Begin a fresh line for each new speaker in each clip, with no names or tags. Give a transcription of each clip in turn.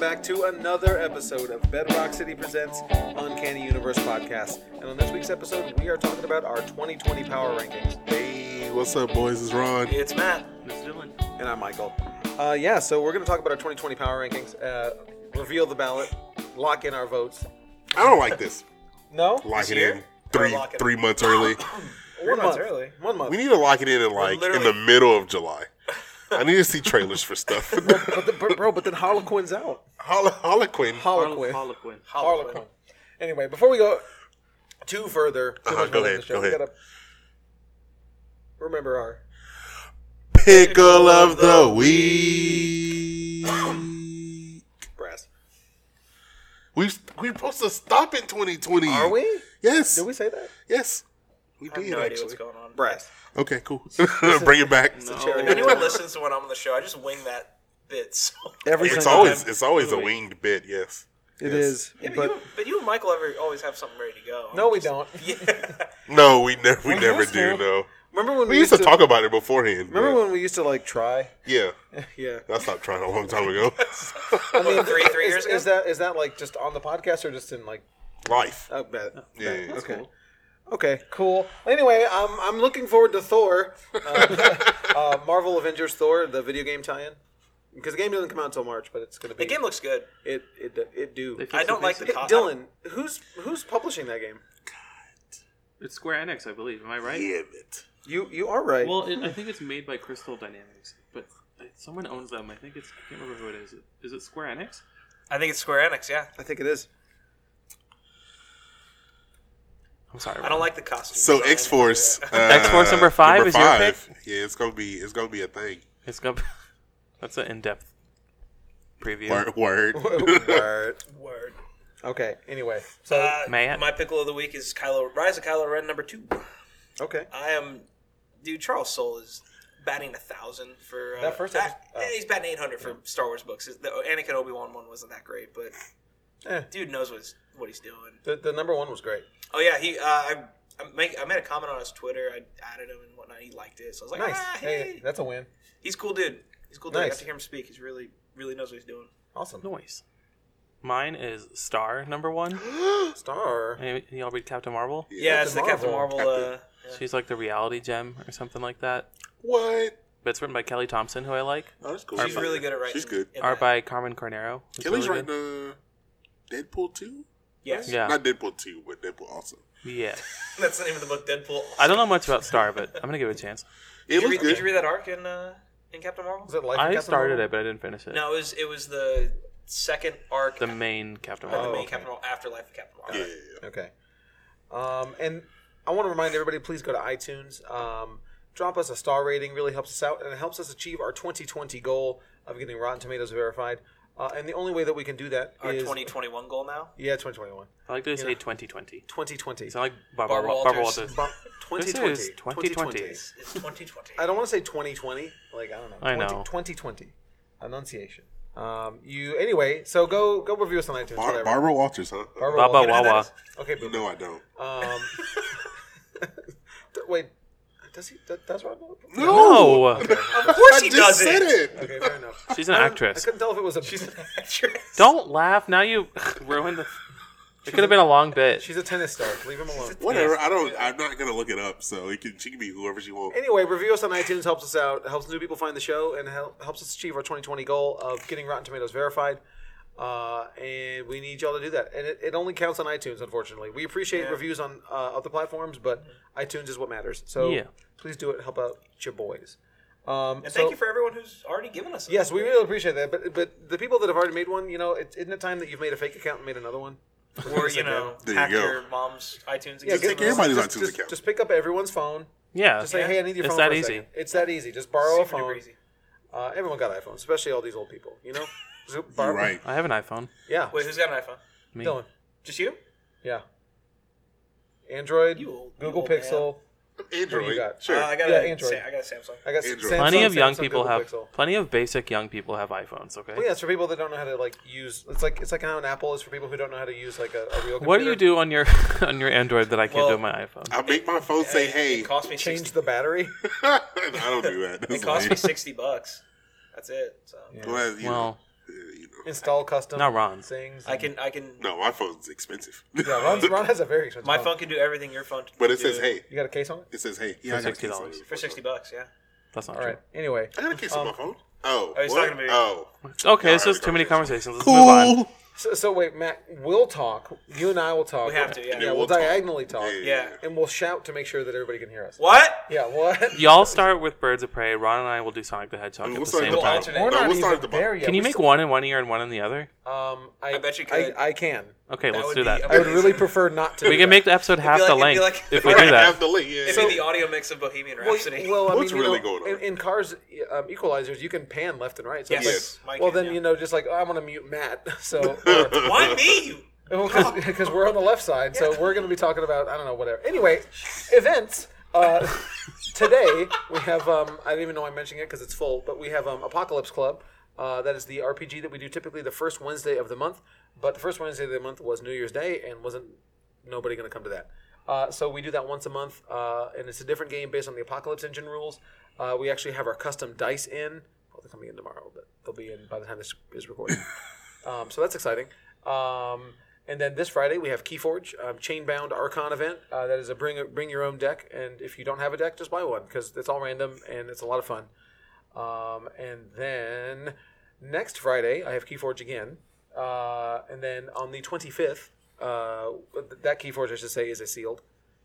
back to another episode of Bedrock City Presents Uncanny Universe Podcast. And on this week's episode, we are talking about our 2020 power rankings.
Hey, what's up, boys? It's Ron.
It's Matt.
It's Dylan.
And I'm Michael. Uh, yeah, so we're going to talk about our 2020 power rankings, uh, reveal the ballot, lock in our votes.
I don't like this.
No?
Lock
This
it
year?
in three
Or lock it
three months early.
One
months
month.
early.
One month.
We need to lock it in in like in
literally-
the middle of July. I need to see trailers for stuff.
but the, but bro, but then Harlequin's out.
Hol- Harlequin.
Harlequin.
Harlequin.
Harlequin. Anyway, before we go too further, too
Uh-huh,
much
go
more
ahead,
in the show,
go
we
ahead.
gotta remember our
Pickle of the week.
brass.
We we supposed to stop in 2020.
Are we?
Yes.
Did we say that?
Yes. We
I have
did
no idea what's
actually.
going on.
Brass.
Okay, cool. Bring it back.
If anyone listens to when I'm on the show, I just wing that bit. So.
Every
It's
single
always
time.
it's always a winged bit. Yes.
It
yes.
is,
Yeah, but, you,
but
but you and Michael ever always have something ready to go.
no, we don't.
Yeah.
No, we never we
We
never
used
do.
to.
No.
Remember when we,
We used to talk about it beforehand.
Remember
but-
when we used to like try?
Yeah.
Yeah.
I stopped trying a long time ago.
I mean,
three- three
is,
years
Is that is that like just on the podcast or just in like?
Life.
Oh, bet.
Yeah, yeah, yeah.
Okay. Okay. Cool. Anyway, I'm I'm looking forward to Thor, uh, uh, Marvel Avengers Thor, the video game tie-in, because the game doesn't come out until March, but it's gonna be
the game looks good.
It it it do.
They fixed
I don't
the
like the
basics.
cost.
Dylan, who's who's publishing that game?
It's Square Enix, I believe. Am I right?
Damn it.
You you are right.
Well, it, I think it's made by Crystal Dynamics, but uh, someone owns them. I think it's. I can't remember who it is. Is it Square Enix?
I think it's Square Enix. Yeah.
I think it is.
I'm sorry.
I don't like the costume.
So X Force.
X-Force number five is your pick?
Yeah, it's gonna be it's gonna be a thing.
It's gonna. That's an in-depth preview.
Word. word.
Word.
Word.
okay. Anyway.
So uh,
Matt?
my pickle of the week is Kylo Rise of Kylo Ren number two.
Okay.
I am, dude. Charles Soule is batting a thousand for uh,
That first episode- oh.
yeah, he's batting eight hundred for Star Wars books. The Anakin Obi Wan one wasn't that great, but
Eh.
dude knows what's, what he's doing.
The, the number one was great.
Oh yeah, he. Uh, I, I, make, I made a comment on his Twitter. I added him and whatnot. He liked it, so I was like,
Nice.
ah, hey.
Hey, that's a win.
he's a cool, dude. He's a cool. Dude. I
Nice.
got to hear him speak. He's really, really knows what he's doing.
Awesome.
Noise. Mine is Star number one.
Star.
Any- Y'all read Captain Marvel?
Yeah, it's the Captain
Marvel.
Marvel. Uh,
She's like the reality gem or something like that.
What?
But it's written by Kelly Thompson, who I like,
Oh, that's cool.
yeah. she's really good at writing.
She's good.
in that.
art by Carmen Carnero. who's
Kelly's
really
writing
good.
uh, Deadpool two.
Yes.
Yeah.
Not Deadpool two, but Deadpool also.
Yeah.
That's the name of the book, Deadpool.
I don't know much about Star, but I'm gonna give it a chance.
It
Did you,
looks
read, did
good.
you read that arc in uh, in Captain Marvel?
Was it Life of
I
Captain
started
Marvel?
it, but I didn't finish it.
No, it was it was the second arc,
The
uh,
main Captain
the
Marvel.
main
okay.
Captain Marvel after Life of Captain Marvel.
yeah,
Okay. Um, and I want to remind everybody, please go to iTunes. Um, drop us a star rating. Really helps us out, and it helps us achieve our 2020 goal of getting Rotten Tomatoes verified. Uh, and the only way that we can do that
Our
is-
2021 goal now.
yeah 2021
I like to say 2020.
2020
It's not like Barbara,
Barbara
Barbara, Barbara
Walters.
Walters.
Bu-
This
2020.
is 2020.
It's 2020.
I don't want to say 2020. Like I don't know.
I
20,
know.
2020 enunciation. Um, you anyway. So go go review us on iTunes.
Bar-
whatever.
Barbara Walters, huh?
Barbara
Baba
Walters.
Wawa.
Okay, boo.
No, I don't.
Um, th- wait, does he? That, that's Rob. Lowe?
No!
Of course
I
he
just
does
said
it.
it.
Okay, fair enough.
She's an
I don't- I
actress.
couldn't tell if it was a.
She's
She's,
an actress.
Don't laugh. Now you ruined the. It could have been a long bit.
a tennis star. Leave him alone.
Whatever. I don't. I'm not gonna look it up. So it can. She can be whoever she wants.
Anyway, review us on iTunes helps us out, helps new people find the show, and hel- helps us achieve our 2020 goal of getting Rotten Tomatoes verified. Uh, and we need y'all to do that. And it, it only counts on iTunes, unfortunately. We appreciate reviews on uh, other platforms, but iTunes is what matters. So
Yeah.
please do it. Help out your boys. Um,
And
so-
thank you for everyone who's already given us. a-
Yes, we really appreciate that. But but the people that have already made one, you know, it, isn't it time that you've made a fake account and made another one?
Or you know,
There you
hack
go.
your mom's iTunes.
Yeah,
existing
get-
Take everybody's
just,
iTunes
just-
account.
just pick up everyone's phone.
yeah.
Just say, hey, I need your
It's
phone.
that
for a
easy.
second." It's that easy. Just borrow a
Super duper
phone.
easy.
Uh, everyone got iPhones, especially all these old people. You know, Just borrow-
You're right.
I have an iPhone.
Yeah,
Wait, who's got an iPhone?
Me.
Dylan.
Just you?
Yeah, Android,
You old- you
Google
old
Pixel. What do you
Android.
got?
Sure.
Uh, I got
Yeah,
a
Android.
Sa- I got a Samsung.
I guess
Android.
Samsung,
Plenty of young
Samsung,
people
Google
have.
Pixel.
Plenty of basic young people have iPhones. Okay.
Well, yeah, it's for people that don't know how to like use. It's like it's like how an Apple is for people who don't know how to use like a, a real. Computer.
What do you do on your on your Android that I can't
Well,
do on my iPhone?
I make my phone say hey.
It cost me
Change
60,
the battery.
I don't do that. That's
it cost
lame.
me sixty bucks. That's it. So
Yeah.
Well, you know,
Well.
yeah, you know.
install custom
Not Ron's.
things.
I can I can.
No, my phone's expensive.
Yeah, Ron's, Ron has a very expensive.
My phone can do everything your phone.
But it
can
says,
do
hey.
You got a case on it?
It says, hey. Yeah, I got a case on
$60.
it.
for sixty bucks. Yeah.
That's not
All
true.
right. Anyway,
I got a case on my phone. Oh.
Oh, he's
what?
talking to me.
Oh.
Okay, this
All
is
right,
too many
we got
conversations. Let's move on.
Cool.
so, so wait, Matt, we'll talk. You and I will talk.
We have to, yeah.
yeah
We'll
we'll,
talk.
diagonally talk.
Yeah.
And we'll shout to make sure that everybody can hear us.
What?
Yeah, what?
Y'all start with Birds of Prey. Ron and I will do Sonic the Hedgehog
We'll
at the
start
same
at the
time.
bottom.
alternate.
We're
No,
not
we'll start at the
even
bottom.
there yet.
Can you
We
make
still-
one in one ear and one in the other?
Um, I,
I bet you could.
I, I can.
Okay,
That
let's
would
do
be
that.
I would
amazing.
really prefer not to. do
We can
that.
make the episode half
like-
the
it'd be
length
like-
if we do
Have
that.
the link. Yeah.
It'd be the audio mix of Bohemian
Well,
Rhapsody.
well, I mean,
What's
you
really
know,
going on?
In, in cars, um, equalizers, you can pan left and right. So it's
yes.
like-
Mike
well,
can,
then
yeah.
you know, just like oh, I'm gonna mute Matt, so because
Why me? You?
we're on the left side, so we're gonna be talking about I don't know whatever. Anyway, events. Uh, today we have um, I didn't even know I'm mentioning it because it's full, but we have um, Apocalypse Club. Uh, that is the RPG that we do typically the first Wednesday of the month. But the first Wednesday of the month was New Year's Day, and wasn't nobody going to come to that. Uh, so we do that once a month, uh, and it's a different game based on the Apocalypse Engine rules. Uh, we actually have our custom dice in. Well, they're coming in tomorrow, but they'll be in by the time this is recorded. um, so that's exciting. Um, and then this Friday we have Keyforge um, Chainbound Archon event. Uh, that is a bring bring your own deck, and if you don't have a deck, just buy one because it's all random and it's a lot of fun. Um, and then next Friday, I have Keyforge again. Uh, and then on the 25th, uh, that Keyforge, I should say, is a sealed.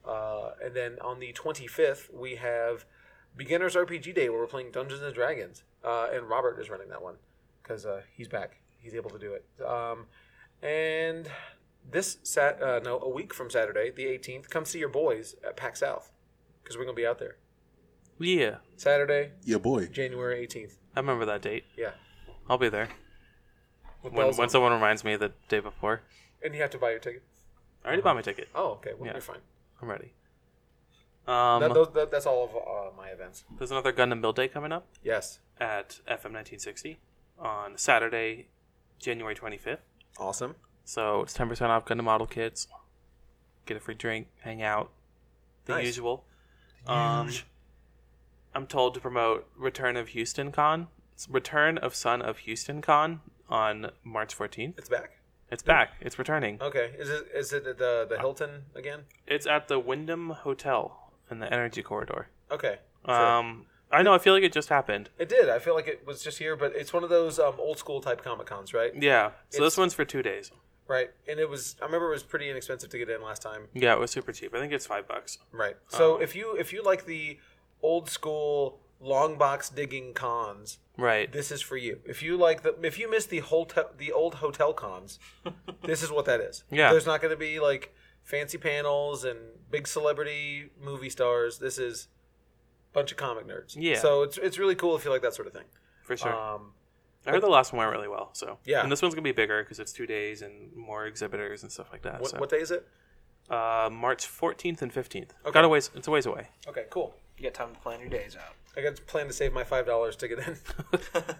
Uh, and then on the 25th, we have Beginner's RPG Day where we're playing Dungeons and Dragons. Uh, and Robert is running that one because uh, he's back. He's able to do it. Um, and this sat uh, no a week from Saturday, the 18th, come see your boys at Pack South because we're gonna be out there
Yeah,
Saturday,
Yeah, boy.
January 18th.
I remember that date.
Yeah.
I'll be there
With
when,
bells
when
on.
someone reminds me the day before.
and you have to buy your ticket.
I already bought my ticket.
Oh, okay. Well,
Yeah.
you're fine.
I'm ready.
That-
Um,
those- that- that's all of uh, my events.
there's another Gundam Build Day coming up
Yes.
at FM 1960 on Saturday, January 25th.
Awesome.
So it's ten percent off Gundam model kits. Get a free drink, hang out, the
Nice.
usual. Um, I'm told to promote Return of Houston Con. It's Return of Son of Houston Con on March 14th.
It's back.
It's back. It's returning.
Okay. Is it is it at the the Hilton again?
It's at the Wyndham Hotel in the Energy Corridor.
Okay. Sure.
Um, I know. I feel like it just happened.
it did. I feel like it was just here, but it's one of those um, old school type comic cons, right?
Yeah. So
It's-
this one's for two days.
Right. And it was. I remember it was pretty inexpensive to get in last time.
Yeah, it was super cheap. I think it's five bucks.
Right. So
Um,
if you if you like the old school long box digging cons,
Right.
this is for you. If you like the if you miss the hotel the old hotel cons, this is what that is.
Yeah.
There's not going to be like fancy panels and big celebrity movie stars. This is a bunch of comic nerds.
Yeah.
So it's it's really cool if you like that sort of thing.
For sure.
Um
I heard the last one went really well, so
Yeah.
And this one's gonna be bigger because it's two days and more exhibitors and stuff like that.
what,
so
what day is it?
uh, March fourteenth and fifteenth. Got a ways. It's a ways away.
Okay, cool.
You got time to plan your days out.
I got to plan to save my $5 to get in.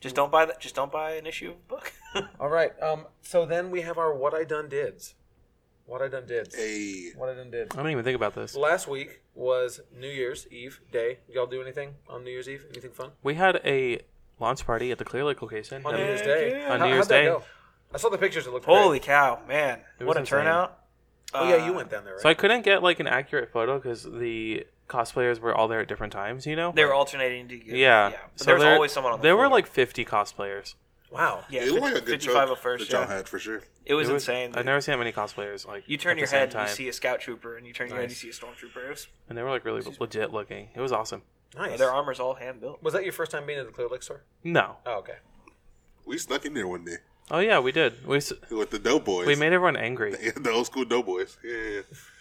Just don't buy that. Just don't buy an issue of a book.
All right. Um so then we have our what I done dids. What I done dids.
Hey.
What I done dids.
I don't even think about this.
Last week was New Year's Eve day. Y'all do anything on New Year's Eve? Anything fun?
We had a launch party at the Clear Lake location.
on
That
New
was-
Year's Day.
yeah.
On
How-
New Year's
how'd that
Day.
go? I saw the pictures. It looked
Holy
Great.
cow, man!
was
What a
insane.
turnout! Uh,
Oh yeah, you went down there, right?
So I couldn't get like an accurate photo because the cosplayers were all there at different times. You know.
They were alternating to get. yeah.
yeah.
But there was
there-
always someone on the.
There were
floor.
like fifty cosplayers.
wow.
yeah,
It looked like a good
55
chunk
at first.
that y'all
Yeah.
had for sure.
It was
It was-
insane.
I've never seen that many cosplayers. Like
you turn
at
your
the same
head, you
time.
see a scout trooper, and you turn your head, you see a stormtrooper. It was-
and they were like really legit looking. It was awesome.
Nice.
Their armor's all hand built.
Was that your first time being at the Clear Lake store?
No.
Oh, okay.
We snuck in there one day
Oh yeah, we did. We s-
with the Doughboys.
we made everyone angry.
the old school Doughboys. Yeah, yeah.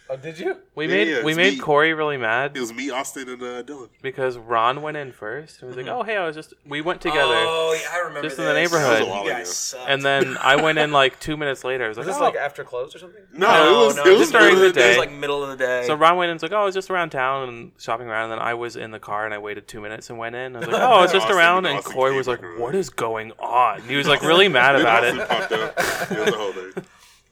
Oh, did you?
We
Yeah,
made
yeah,
we
it's
made
me.
Corey really mad
It was me, Austin, and uh, Dylan.
because Ron went in first and was
Mm-hmm.
like, "Oh hey, I was just we went together,"
Oh, yeah, I remember.
Just in the
this.
neighborhood.
That was a while
You
ago.
guys suck.
and then I went in like two minutes later. I was like,
Was this
"Oh."
like after close or something?
No,
no,
it was,
no,
it was
just during the
middle of the
day. It was
day.
like middle of the day.
so Ron went in and was like, "Oh, I was just around town and shopping around." And then I was in the car and I waited two minutes and went in. I was like, "Oh, I was just
Austin-
around." And
Austin
Corey
came
was like,
back around.
"What is going on?" And he was like really mad about
Austin
it.
popped up. It was a whole thing.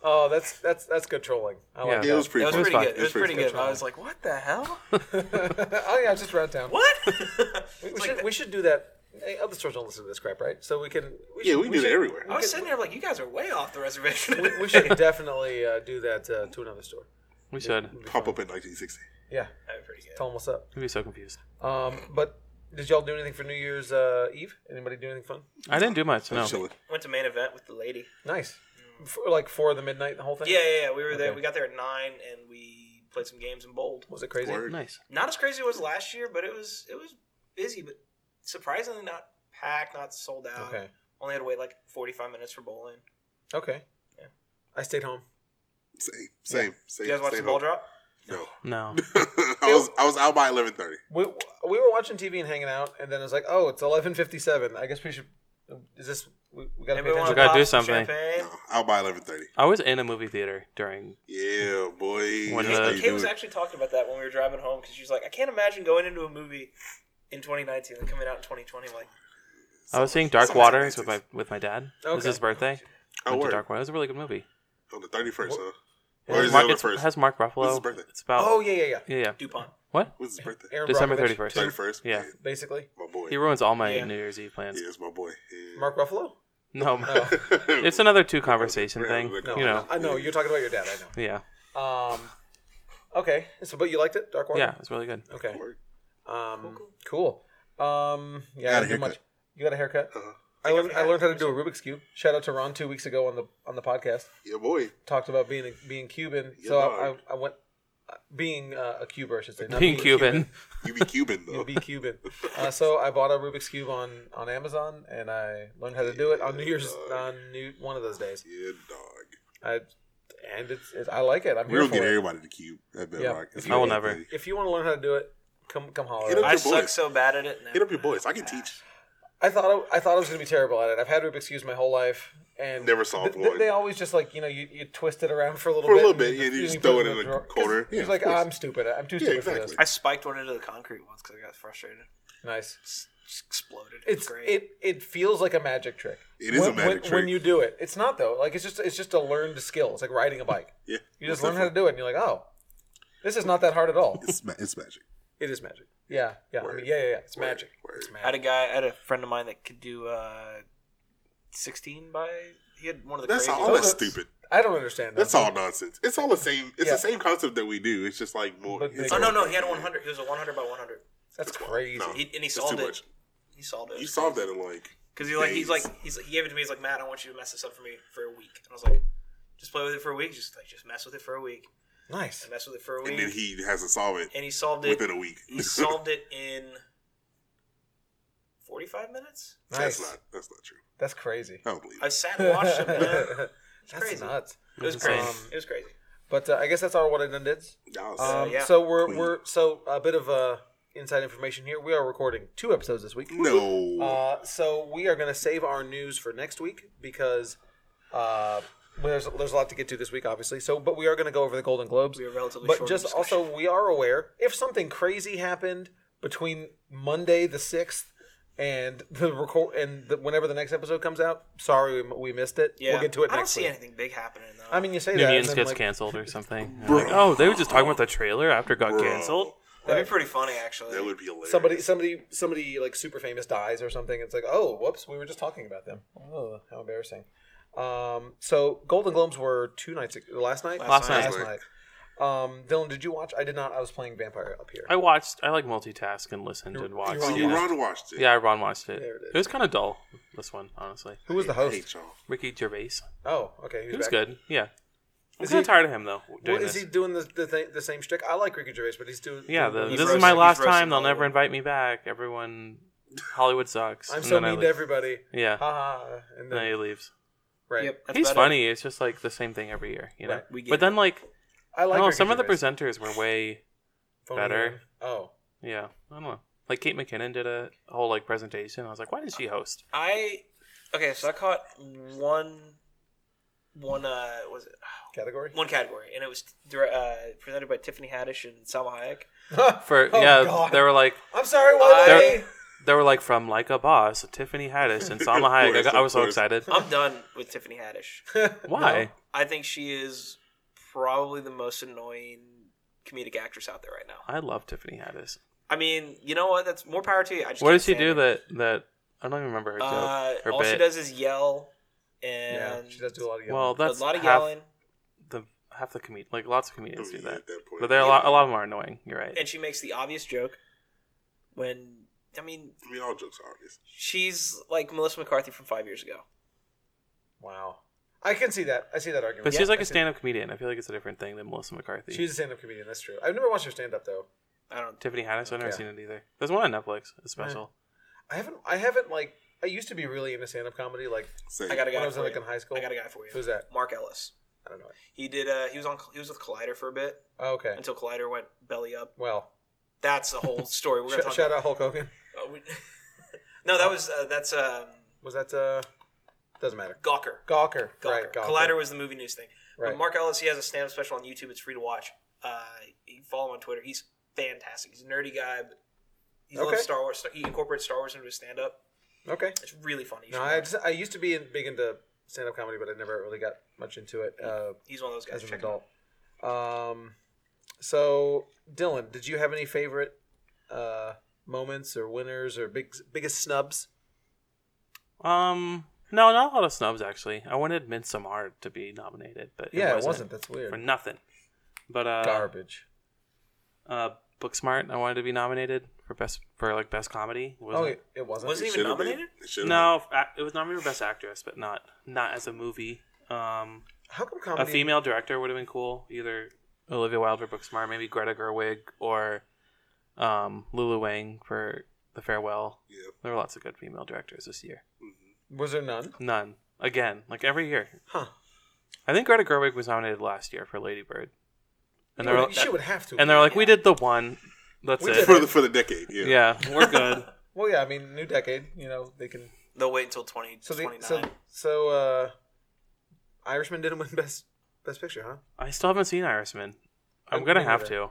Oh, that's that's that's good trolling. I like
It
Yeah.
was
that.
pretty
It was
fun.
pretty
fine.
good. It was pretty good. I
fun.
was like, what the hell?
oh yeah, just around town.
What?
We,
It's
we
like
should
that-
we should do that hey, other stores don't listen to this crap, right? So we can. We
Yeah, we can do that
should-
everywhere.
I was sitting there like, you guys are way off the reservation.
We, we should definitely uh, do that uh, to another store.
We should.
Pop up in 1960.
Yeah,
That'd be pretty good.
tell them what's up.
We'd be so confused.
Um, but did y'all do anything for New Year's uh, Eve? Anybody do anything fun?
I didn't do much. No.
Chilling.
Went to main event with the lady.
Nice. For, like four of the midnight, the whole thing.
Yeah, yeah, yeah. We were there.
Okay.
We got there at nine, and we played some games in bold.
Was it crazy?
Word.
Nice.
Not as crazy as it was last year, but it was it was busy, but surprisingly not packed, not sold out.
Okay.
Only had to wait like forty five minutes for bowling.
Okay.
Yeah.
I stayed home.
Same, same, same.
You guys watch
same
the ball
hope.
drop?
No,
No.
I was I was out by 11:30.
We we were watching TV and hanging out, and then it was like, oh, it's eleven fifty seven. I guess we should. Is this we, we gotta pay
Everyone
attention?
gotta
pop
do
some
something.
champagne? Uh,
No, out by 11:30.
I was in a movie theater during.
Yeah, boy.
When,
that's
uh,
how
you
Kate
you
was
do it.
actually talking about that when we were driving home because she was like, I can't imagine going into a movie in 2019 and coming out in 2020. Like,
I was seeing Dark
something
Waters with
like
my with my dad. It was
Okay.
his birthday.
Oh,
Went to
word.
Dark Waters. It was a really good movie.
on the 31st. Huh?
It
Or is
has
it on
Mark-
the
it's-
first?
has Mark Ruffalo.
When's his birthday?
It's about.
Oh yeah, yeah, yeah.
yeah, yeah.
DuPont.
What?
When's his birthday?
Aaron
December
Brockovich,
thirty
31st.
first. Yeah.
Basically,
my boy.
He ruins all my
Yeah.
New Year's Eve plans.
Yeah, it's my boy. Yeah.
Mark Ruffalo.
No,
No,
it's another two conversation
We're
thing.
having a good
no,
you know.
I know you're talking about your dad. I know.
Yeah,
Um, okay. So, but you liked it, Dark Water.
yeah, it's really good.
Okay.
Word.
Um, cool. Um, yeah,
Got
I didn't do
a haircut.
much. You got a haircut.
Uh-huh.
I learned. I learned how to do a Rubik's cube. Shout out to Ron two weeks ago on the on the podcast.
Yeah, boy.
Talked about being being Cuban.
Yeah,
so I, I,
dog.
I went uh, being uh, a cuber. I should say not
Being Cuban.
You be Cuban
You'll
though.
be Cuban. Uh, so I bought a Rubik's cube on, on Amazon, and I learned how to do it on New Year's on new, one of those days.
yeah, dog.
I, and it's, it's I like it. I'm
We
here
don't
for
get
it.
everybody to Cube at
Yeah.
Bedrock. It's
I will
not
never.
easy.
If you want to learn how to do it, come come holler.
Hit
at
up
us.
I
your
suck
boys.
so bad at it. now.
Hit up your boys. I can teach.
I thought I, I thought I was going to be terrible at it. I've had Rubik's cubes my whole life, and
Never solved
th- th-
one.
They always just like you know you, you twist it around for a little
For a
bit
little
and
bit, yeah, you just
put
throw it
the
in a
drawer. 'Cause
corner. Yeah,
He's
of
like,
course.
I'm stupid. I'm too stupid for this.
exactly.
I spiked one into the concrete once because I got frustrated.
Nice.
It's just exploded. It
It's
was great.
it it feels like a magic trick.
It is
when,
a magic
when,
trick.
when you do it. It's not though. Like it's just it's just a learned skill. It's like riding a bike.
yeah,
You just
most
learn how to do it, and you're like, oh, this is not that hard at all.
definitely. It's, ma- it's magic.
It is magic. Yeah, yeah, I mean,
Word.
yeah, yeah, yeah. It's
Word.
magic.
Word.
It's
I had a
magic.
guy, I had a friend of mine that could do uh, 16 by. He had one of the
That's
craziest.
all. That's
Those are-
stupid.
I don't understand. That.
That's all nonsense. It's all the same. It's
Yeah.
the same concept that we do. It's just like more.
But
it's
Oh,
they-
all-
no, no. He had a 100. He was a 100 by 100.
That's crazy.
No.
He, and he
It's
solved
too
it.
much.
He solved it.
You solved that in like.
Because he like he's like
days.
he's he gave it to me. He's like Matt, I want you to mess this up for me for a week. And I was like, just play with it for a week. Just like just mess with it for a week.
Nice.
And mess with it for a week.
And then he has to solve it
solved it.
within a week.
He solved it in forty five minutes.
Nice.
That's not. That's not true.
That's crazy.
I don't believe
I
it.
sat and watched him. Man.
That's
crazy.
nuts.
It was
That's insane.
crazy. it was crazy.
But uh, I guess that's all what I done did. Um,
Y'all
Uh, yeah.
So we're
Queen.
we're so a bit of uh, inside information here. We are recording two episodes this week.
no.
Uh, so we are going to save our news for next week because uh, there's there's a lot to get to this week, obviously. So, but we are going to go over the Golden Globes.
We are relatively
but
short
just
discussion.
also we are aware if something crazy happened between Monday the sixth and the record and the, whenever the next episode comes out. Sorry, we, we missed it.
Yeah,
We'll get to it
I don't
next
see
week.
anything big happening though.
I mean, you say that. and
Minions
then,
gets
like,
canceled or something. And Like, oh, they were just talking about the trailer after it got
Bro.
canceled.
that'd be pretty funny actually.
that would be hilarious.
somebody somebody somebody like super famous dies or something it's like oh whoops we were just talking about them oh how embarrassing um so golden globes were two nights ag- last night
Last night.
last night um dylan did you watch i did not i was playing vampire up here
I watched. I like multitask and listened and watched.
wrong.
You
yeah.
Ron watched it.
yeah, Ron watched it.
There it is.
It was kind of dull. This one, honestly.
who was the
I hate
host
y'all.
Ricky Gervais.
oh okay he was,
He was
back.
good. Yeah. I'm kind of tired of him though.
Well,
Doing
is
this.
he doing the the, thing, the same shtick? I like Ricky Gervais, but he's doing
Yeah, the,
doing
this
the-
is
roasting-
my last
he's roasting
time. They'll never
Hollywood.
invite me back. Everyone, Hollywood sucks.
I'm
And
so
then I
mean to
leave.
everybody.
Yeah,
Ha ha. ha. And
and then
then,
he leaves.
right.
Yep, that's
He's
about it.
funny. It's just like the same thing every year, you know.
Right,
we get
But then like,
I like
no,
Ricky
some of the
Gervais.
presenters were way
Phony
better.
one. Oh,
yeah. I don't know. Like Kate McKinnon did a whole like presentation. I was like, why did she host?
I okay, so I caught one one uh was it
category.
one category, and it was dire- uh, presented by Tiffany Haddish and Salma Hayek.
For
Oh,
yeah,
God.
they were like
I'm sorry, one
I-
lady.
they were like from like a boss, Tiffany Haddish and Salma Hayek. I,
course,
got- I
of
was so
course.
excited.
I'm done with Tiffany Haddish.
Why?
I think she is probably the most annoying comedic actress out there right now.
I love Tiffany Haddish.
I mean, you know what? That's more power to you. I just
What
can't
did she
stand
do
her.
that that I don't even remember her joke.
Uh,
her
all she
bit.
does is yell, and
Yeah, she does do a lot of yelling.
well, that's
a lot of
half
yelling,
the half the comedians, like lots of comedians do
yeah,
that.
at that
Oh,
point.
But there are a lot, a lot of them are annoying. You're right.
and she makes the obvious joke. When I mean,
I mean, all jokes are obvious.
she's like Melissa McCarthy from five years ago.
wow, I can see that. I see that argument.
But
Yeah,
she's like
I
a
see-
stand-up comedian. I feel like it's a different thing than Melissa McCarthy.
She's a stand-up comedian. That's true. I've never watched her stand-up though.
I don't.
Tiffany Haddish. I've never
Yeah.
seen it either. There's one on Netflix. It's special.
I haven't. I haven't like. I used to be really into stand-up comedy. Like
Same.
I got a
when I
guy
was
for
like
you.
in high school.
I got a guy for you.
Who's that?
Mark Ellis.
I don't know.
He did. Uh, he was on. He was with Collider for a bit
Oh, okay.
until Collider went belly up.
Well,
That's a whole story. We're gonna
sh-
talk.
shout out Hulk Hogan.
about- uh, we- no, that was uh, that's um,
Was that? uh Doesn't matter.
Gawker.
Gawker.
Gawker.
Right. Gawker.
Collider was the movie news thing.
Right.
But Mark Ellis, he has a stand-up special on YouTube. It's free to watch. Uh, you can follow him on Twitter. He's fantastic. He's a nerdy guy. But he
Okay.
loves Star Wars. He incorporates Star Wars into his stand-up.
okay.
It's really funny. You
No,
should
I
watch.
just, I used to be in, big into stand-up comedy, but I never really got much into it uh,
He's one of those guys.
as an
Check him out.
adult. Um, so Dylan, did you have any favorite uh moments or winners or big biggest snubs?
Um, no, not a lot of snubs actually. I wanted Midsommar to be nominated, but
yeah,
it
it wasn't. That's
for
weird.
nothing. But uh,
Garbage.
uh, Booksmart. I wanted to be nominated for best for like best comedy. Wasn't-
Oh, it, it wasn't.
Was he even
Should've been.
nominated?
It should've
No, f- it was nominated for best actress, but not not as a movie. Um,
How come
a
comedy?
female director would have been cool. Either Olivia Wilde or Booksmart, maybe Greta Gerwig or um, Lulu Wang for The Farewell.
been. Yeah.
There were lots of good female directors this year.
Was there none?
None. Again, like every year.
Huh.
I think Greta Gerwig was nominated last year for Lady Bird. And they're
Well,
like,
Oh, she would have to.
and they're like, we did the one. That's
We
it.
did
For the for the decade. Yeah.
Yeah, we're good.
Well, yeah. I mean, new decade. You know, they can.
They'll wait until twenty
So
twenty
they,
nine.
so so uh, Irishman didn't win best best picture, huh?
I still haven't seen Irishman. I'm
I-
gonna
me
have
neither.
to,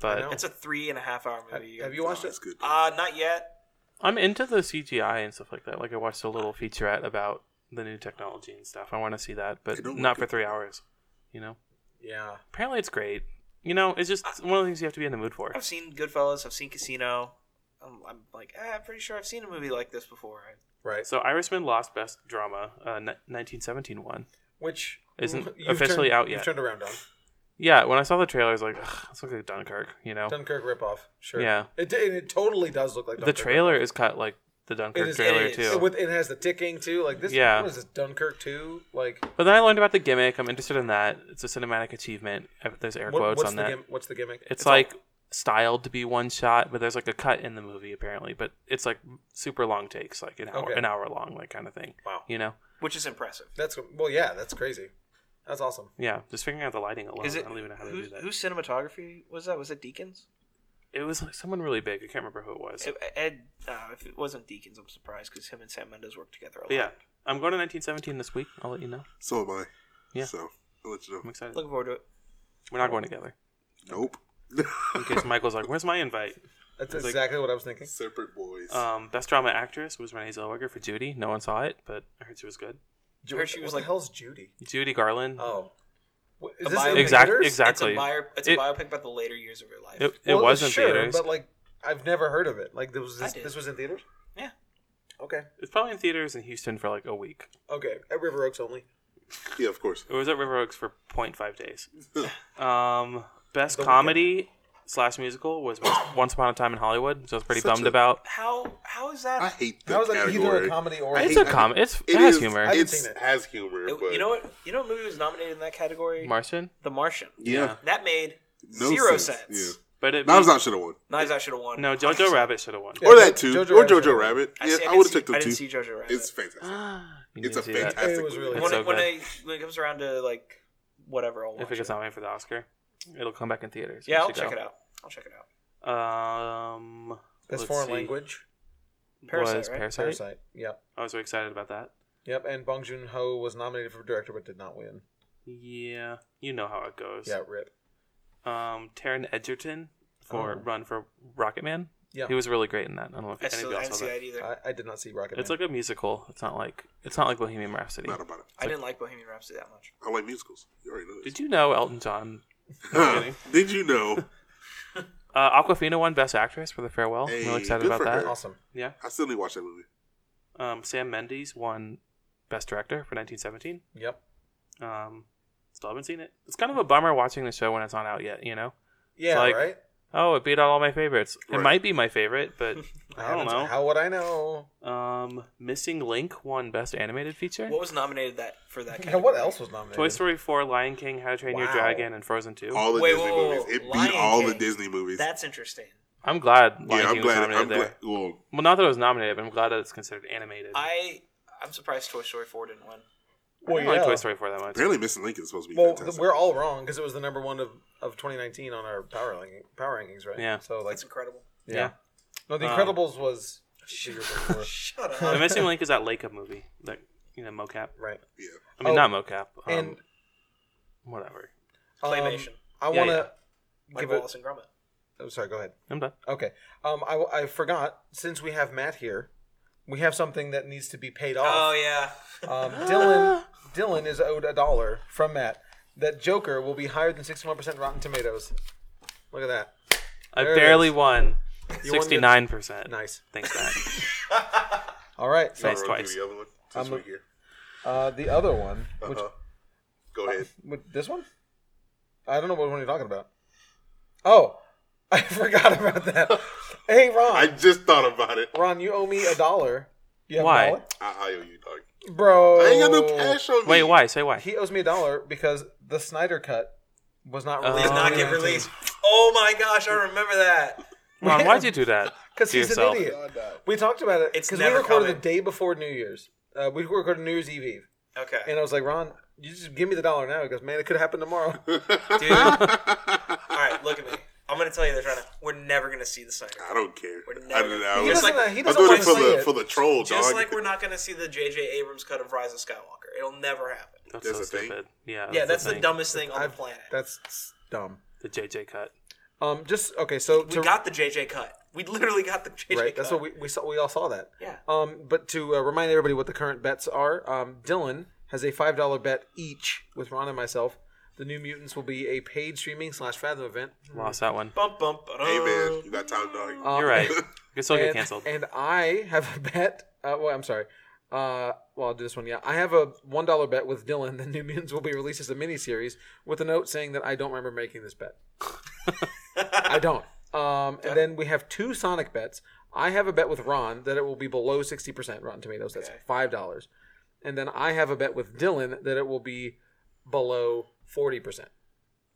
but
know.
it's a three and a half hour
Have,
movie.
have you watched it?
That's good.
Uh, not yet.
I'm into the CGI and stuff like that. Like I watched a little featurette about the new technology and stuff. I want to see that, but
They don't
not
look
for
good.
three hours. You know,
Yeah.
apparently it's great. You know, it's just one of the things you have to be in the mood for.
I've seen Goodfellas. I've seen Casino. I'm, I'm like, eh, I'm pretty sure I've seen a movie like this before.
Right.
So Irishman lost best drama. Uh, ni- 1917 won.
Which
Isn't
you've
officially
turned-
out
You've
yet.
turned around on
Yeah, when I saw the trailer, I was like, Ugh, this looks like Dunkirk. You know,
Dunkirk ripoff. Sure.
Oh. Yeah.
It did- and it totally does look like
the
Dunkirk
trailer is cut like the Dunkirk
is- it
trailer
is.
too.
ripoff. It, with, it has the ticking too. Like this.
Yeah.
What is this? Dunkirk two. Like
But then I learned about the gimmick. I'm interested in that. It's a cinematic achievement. Uh, There's air
what,
quotes
what's
on
the
that.
Gim- what's the gimmick?
It's, like styled to be one shot, but there's like a cut in the movie apparently. But it's like super long takes, like an hour,
Okay.
an hour long, like kind of thing.
Wow.
You know?
Which is impressive.
That's well. Yeah. That's crazy. That's awesome.
Yeah. Just figuring out the lighting alone.
Is it
I don't even know how to
whose-
do that.
whose cinematography was that? Was it Deacons?
It was like someone really big. I can't remember who it was.
If- Ed, uh, if it wasn't Deacons, I'm surprised because him and Sam Mendes worked together a lot.
but yeah, I'm going to 1917 this week. I'll let you know.
So am I.
Yeah.
So I'll let you know.
I'm excited.
looking forward to it.
We're not going together.
Nope.
In case Michael's like, "Where's my invite?"
That's
It's like-
exactly what I was thinking.
Separate boys.
Um, best drama actress was Renee Zellweger for Judy. No one saw it, but I heard she was good.
Ju-
heard she
what
was
the
like-
hell's Judy.
Judy Garland.
Oh. What- Is
A
this
bio-
in
Exact-
theaters?
exact- Exactly.
It's a, bio, it's a
It-
biopic about the later years of her life.
It, it
Well,
was in
sure,
theaters.
but like I've never heard of it. Like there was
I
this,
did.
this was in theaters.
Yeah.
Okay.
It's probably in theaters in Houston for like a week.
Okay. At River Oaks only.
yeah, of course.
It was at River Oaks for 0.5 days. Um, best
The
comedy slash musical was Once Upon a Time in Hollywood, so I was pretty
Such
bummed
a-
about.
How how is that?
I hate that
That was like either
category.
a comedy or
I
a
It's
hate-
a com. It's, it,
It
has
is-
humor.
I- haven't
it's-
seen it.
has humor,
It-
but
you know what? You know what movie was nominated in that category?
Martian,
the Martian.
Yeah.
That made
No
zero
sense.
sense.
Yeah.
but it
Knives Out should have won.
Knives Out should have won.
no Jojo Rabbit should have won.
Yeah,
or that
Jo-
too.
Jojo
or
Rabbit.
Jojo Rabbit.
I
yeah,
see- I
I,
didn't
would have
see-
took the
I
two.
didn't see Jojo Rabbit.
It's fantastic.
You
It's
need
a
to see that.
fantastic.
It was really
movie.
good.
when,
so
it, when,
good.
I, when it comes around to like whatever, I'll watch
If it gets
it.
nominated for the Oscar, it'll come back in theaters.
Yeah, I'll check it out. I'll check it out.
out. Um,
That's
let's
foreign
see.
language.
Parasite,
was
right?
Parasite.
Parasite. Yep.
I was so excited about that.
Yep. And Bong Joon Ho was nominated for director but did not win.
Yeah, you know how it goes.
Yeah. Rip.
Um, Taron Edgerton for
Oh.
Run for Rocket Man.
Yeah.
He was really great in that. I don't know if
I still
anybody
I
else
didn't
saw
see
that.
that either.
I, I did not see Rocket.
It's like a musical. It's not like it's not like Bohemian Rhapsody.
Not about it.
I didn't like Bohemian Rhapsody that much.
I like musicals. You already know this.
Did you know Elton John?
Huh.
kidding.
Did you know?
Uh, Aquafina won Best Actress for The Farewell. I'm
Hey,
really excited
good
about
for
that.
her.
awesome.
Yeah,
I still need to watch that movie.
Um, Sam Mendes won Best Director for 1917.
Yep.
Um, still haven't seen it. It's kind of a bummer watching the show when it's not out yet. You know.
Yeah.
like-
right.
Oh, it beat out all my favorites. It
Right.
might be my favorite, but I don't know.
How would I know?
Um, Missing Link won Best Animated Feature.
What was nominated that for that?
Yeah, what else was nominated?
Toy Story 4, Lion King, How to Train Your
Wow.
Dragon, and Frozen 2.
All the
Wait,
Disney
whoa, whoa,
movies.
whoa.
It beat
Lion
all the
King.
Disney movies.
That's interesting.
I'm glad Lion
yeah, I'm
King was
glad.
nominated
I'm
there.
glad. Well,
Well, not that it was nominated, but I'm glad that it's considered animated. I,
I I'm surprised Toy Story 4 didn't win.
don't like Toy Story 4 that much.
apparently, Missing Lincoln is supposed to be
Well, th-
fantastic.
we're all wrong because it was the number one of, of 2019 on our power ranking, power rankings, right?
Yeah.
So like,
That's incredible.
yeah.
yeah.
No, The
Um,
Incredibles was the year before,
Shut
The
up.
Missing Link is that Leica movie, that you know, mocap.
right?
yeah.
I mean,
Oh,
not mocap. Um,
and
whatever.
um,
Claymation.
I
Yeah,
want to
Like
give it.
Wallace and Gromit.
I'm sorry. Go ahead.
I'm done.
Okay. Um, I, I forgot. Since we have Matt here, we have something that needs to be paid
Oh
off.
yeah.
Um, Dylan Dylan is owed a dollar from Matt. That Joker will be higher than 61% Rotten Tomatoes. Look at that.
I
There it
barely
is.
won.
You won the-
69%.
Nice.
Thanks, Matt.
All right.
Nice
I'll run
twice.
through The other one
I'm
since
a-
we're here.
Uh, the other one, which Uh,
Uh-huh. Go ahead.
With this one? I don't know what one you're talking about. Oh, I forgot about that. hey, Ron.
I just thought about it.
Ron, you owe me a dollar. You have a
Why?
dollar?
I, I owe you, dog.
Bro.
I ain't got
Oh.
no cash on me.
Wait, why? Say why.
He owes me a dollar because the Snyder cut was not
Oh.
released.
Did not get released. Oh my gosh, I remember that.
Ron, why'd you do that?
Because
to
he's
yourself?
an idiot.
God, dog.
We talked about it
It's
because we
never
recorded
coming.
the day before New Year's. Uh, we recorded New Year's Eve Eve,
Okay.
and I was like, "Ron, you just give me the dollar now." He goes, "Man, it could happen tomorrow."
Dude. All right, look at me. I'm gonna tell you this right now. We're never gonna see the Snyder. Cut.
I don't care.
We're never
I don't know.
gonna-
he
I was-
Just
doesn't.
like-
he
I'm
doesn't
doing
want
it
to
for
see
the
it.
for the troll,
Just
dog.
like we're not gonna see the J.J. Abrams cut of Rise of Skywalker. It'll never happen.
That's
There's
so
a thing.
stupid. Yeah,
yeah, that's the
thing.
dumbest thing on
I've-
the planet.
That's dumb.
The JJ cut.
Um, just okay. So
We
to-
got the JJ cut. We literally got the JJ
right.
cut.
That's what we, we saw. We all saw that.
Yeah.
Um, but to uh, remind everybody what the current bets are, um, Dylan has a five dollar bet each with Ron and myself. The New Mutants will be a paid streaming slash Fathom event.
Lost that one.
Bump bump.
Hey man, you got time, dog.
Um,
You're right. You still get
and,
canceled.
and I have a bet. Uh, well, I'm sorry. Uh, well, I'll do this one. Yeah, I have a one dollar bet with Dylan. The New Mutants will be released as a miniseries with a note saying that I don't remember making this bet. I don't. Um, and then we have two Sonic bets. I have a bet with Ron that it will be below sixty percent Rotten Tomatoes. That's five dollars. And then I have a bet with Dylan that it will be below forty percent.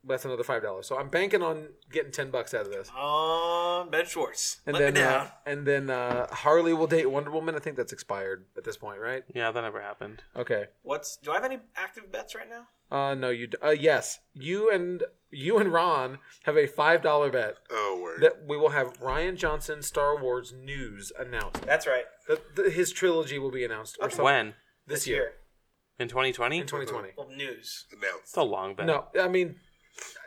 That's another five dollars. So I'm banking on getting ten bucks out of this.
Um, Ben Schwartz.
And
Let
then,
me down.
Uh, and then uh, Harley will date Wonder Woman. I think that's expired at this point, right?
yeah, that never happened.
Okay.
What's? Do I have any active bets right now?
Uh, no, you. d- Uh, yes, you and you and Ron have a five dollar bet
Oh word.
that we will have Ryan Johnson Star Wars news announced.
That's right.
That that his trilogy will be announced or something
When?
this, year,
In 2020?
in 2020.
Well, news.
It's
Announced.
a long bet.
No, I mean,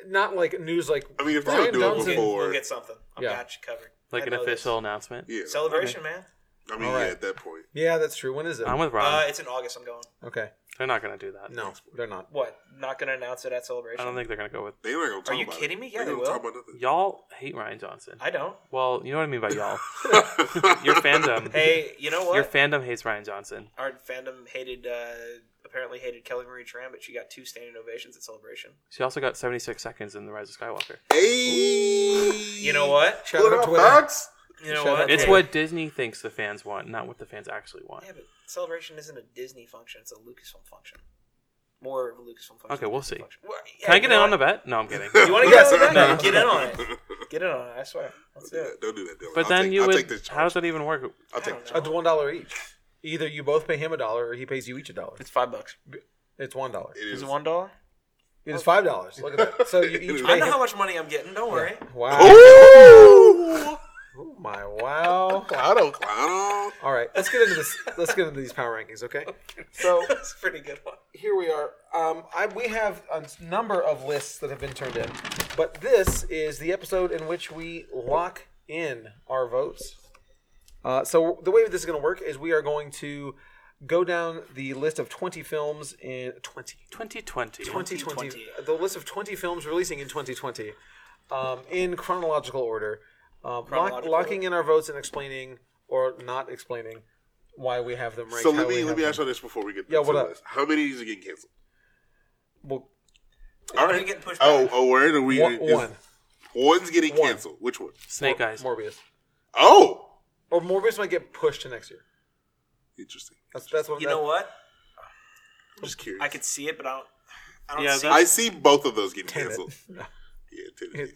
not like news like.
I mean, if they
Ryan
don't do it
Johnson-
before,
We'll get something. I've
Yeah.
got you covered.
Like
I
an
know this.
official announcement?
yeah.
celebration, man.
I mean,
All right.
yeah, at that point,
Yeah, that's true. When is it?
I'm with Ron.
Uh, it's in August. I'm going.
okay.
they're not going to do that.
No, they're not.
What? Not gonna announce it at celebration.
I don't think they're going to go with.
they ain't gonna talk
you
about
kidding
it.
me? Yeah,
they
they
gonna
will.
talk about nothing.
Y'all hate Ryan Johnson.
I don't.
Well, you know what I mean by y'all. Your fandom.
Hey, you know
Your
what?
fandom hates Ryan Johnson.
Our fandom hated. uh Apparently hated Kelly Marie Tran, but she got two standing ovations at celebration.
She also got 76 seconds in The Rise of Skywalker.
Hey,
You know what?
Shout out
up,
Twitter.
Fox?
You know
Shout
what?
out
It's
Hey.
what Disney thinks the fans want, not what the fans actually want.
Yeah, but celebration isn't a Disney function; it's a Lucasfilm function. More of a Lucasfilm function.
Okay,
than
we'll
a Disney
see.
function. Well, yeah,
Can I
you
get in
know
on the
what?
bet? No, I'm kidding.
You want to get on the
No.
bet? Get in on it. Get in on it. I swear. Let's do it.
Don't do that, Dylan.
But
I'll
then
take,
you
I'll
would.
Take this
How does that even work?
I'll take
I don't
the
know.
It's one dollar each. Either you both pay him a dollar, or he pays you each a dollar.
It's five bucks.
It's one dollar.
It
Is
is.
it one dollar?
It is five dollars. Look at that. So you each
I
I
pay
know
him.
how much money I'm getting. Don't worry.
Wow.
Ooh,
Oh my wow.
Claro, Claro.
All right, let's get into this. Let's get into these power rankings, okay? So
That's a pretty good one.
here we are. Um, I, we have a number of lists that have been turned in, but this is the episode in which we lock in our votes. Uh, so the way this is going to work is we are going to go down the list of 20 films in 20
2020.
2020, the list of 20 films releasing in 2020 um, in chronological order um, lock,
Chronological
locking in our votes and explaining or not explaining why we have them ranked.
So
how
let
we
me
have
let me
them.
ask you this before we get
Yeah,
to
what
the
up?
list. How many of these are getting canceled?
Well,
All
They're
right.
getting pushed
Oh,
back.
oh, where are we?
one,
is-
one.
One's getting
One.
canceled. Which one?
Snake
Mor-
Eyes.
Morbius,
Oh,
or Morbius might get pushed to next year.
interesting.
That's that's what
You know what?
I'm just curious.
I could see it, but I don't. I don't
Yeah,
see.
that's-
I see both of those getting
Tenet.
canceled. Yeah, Tenet.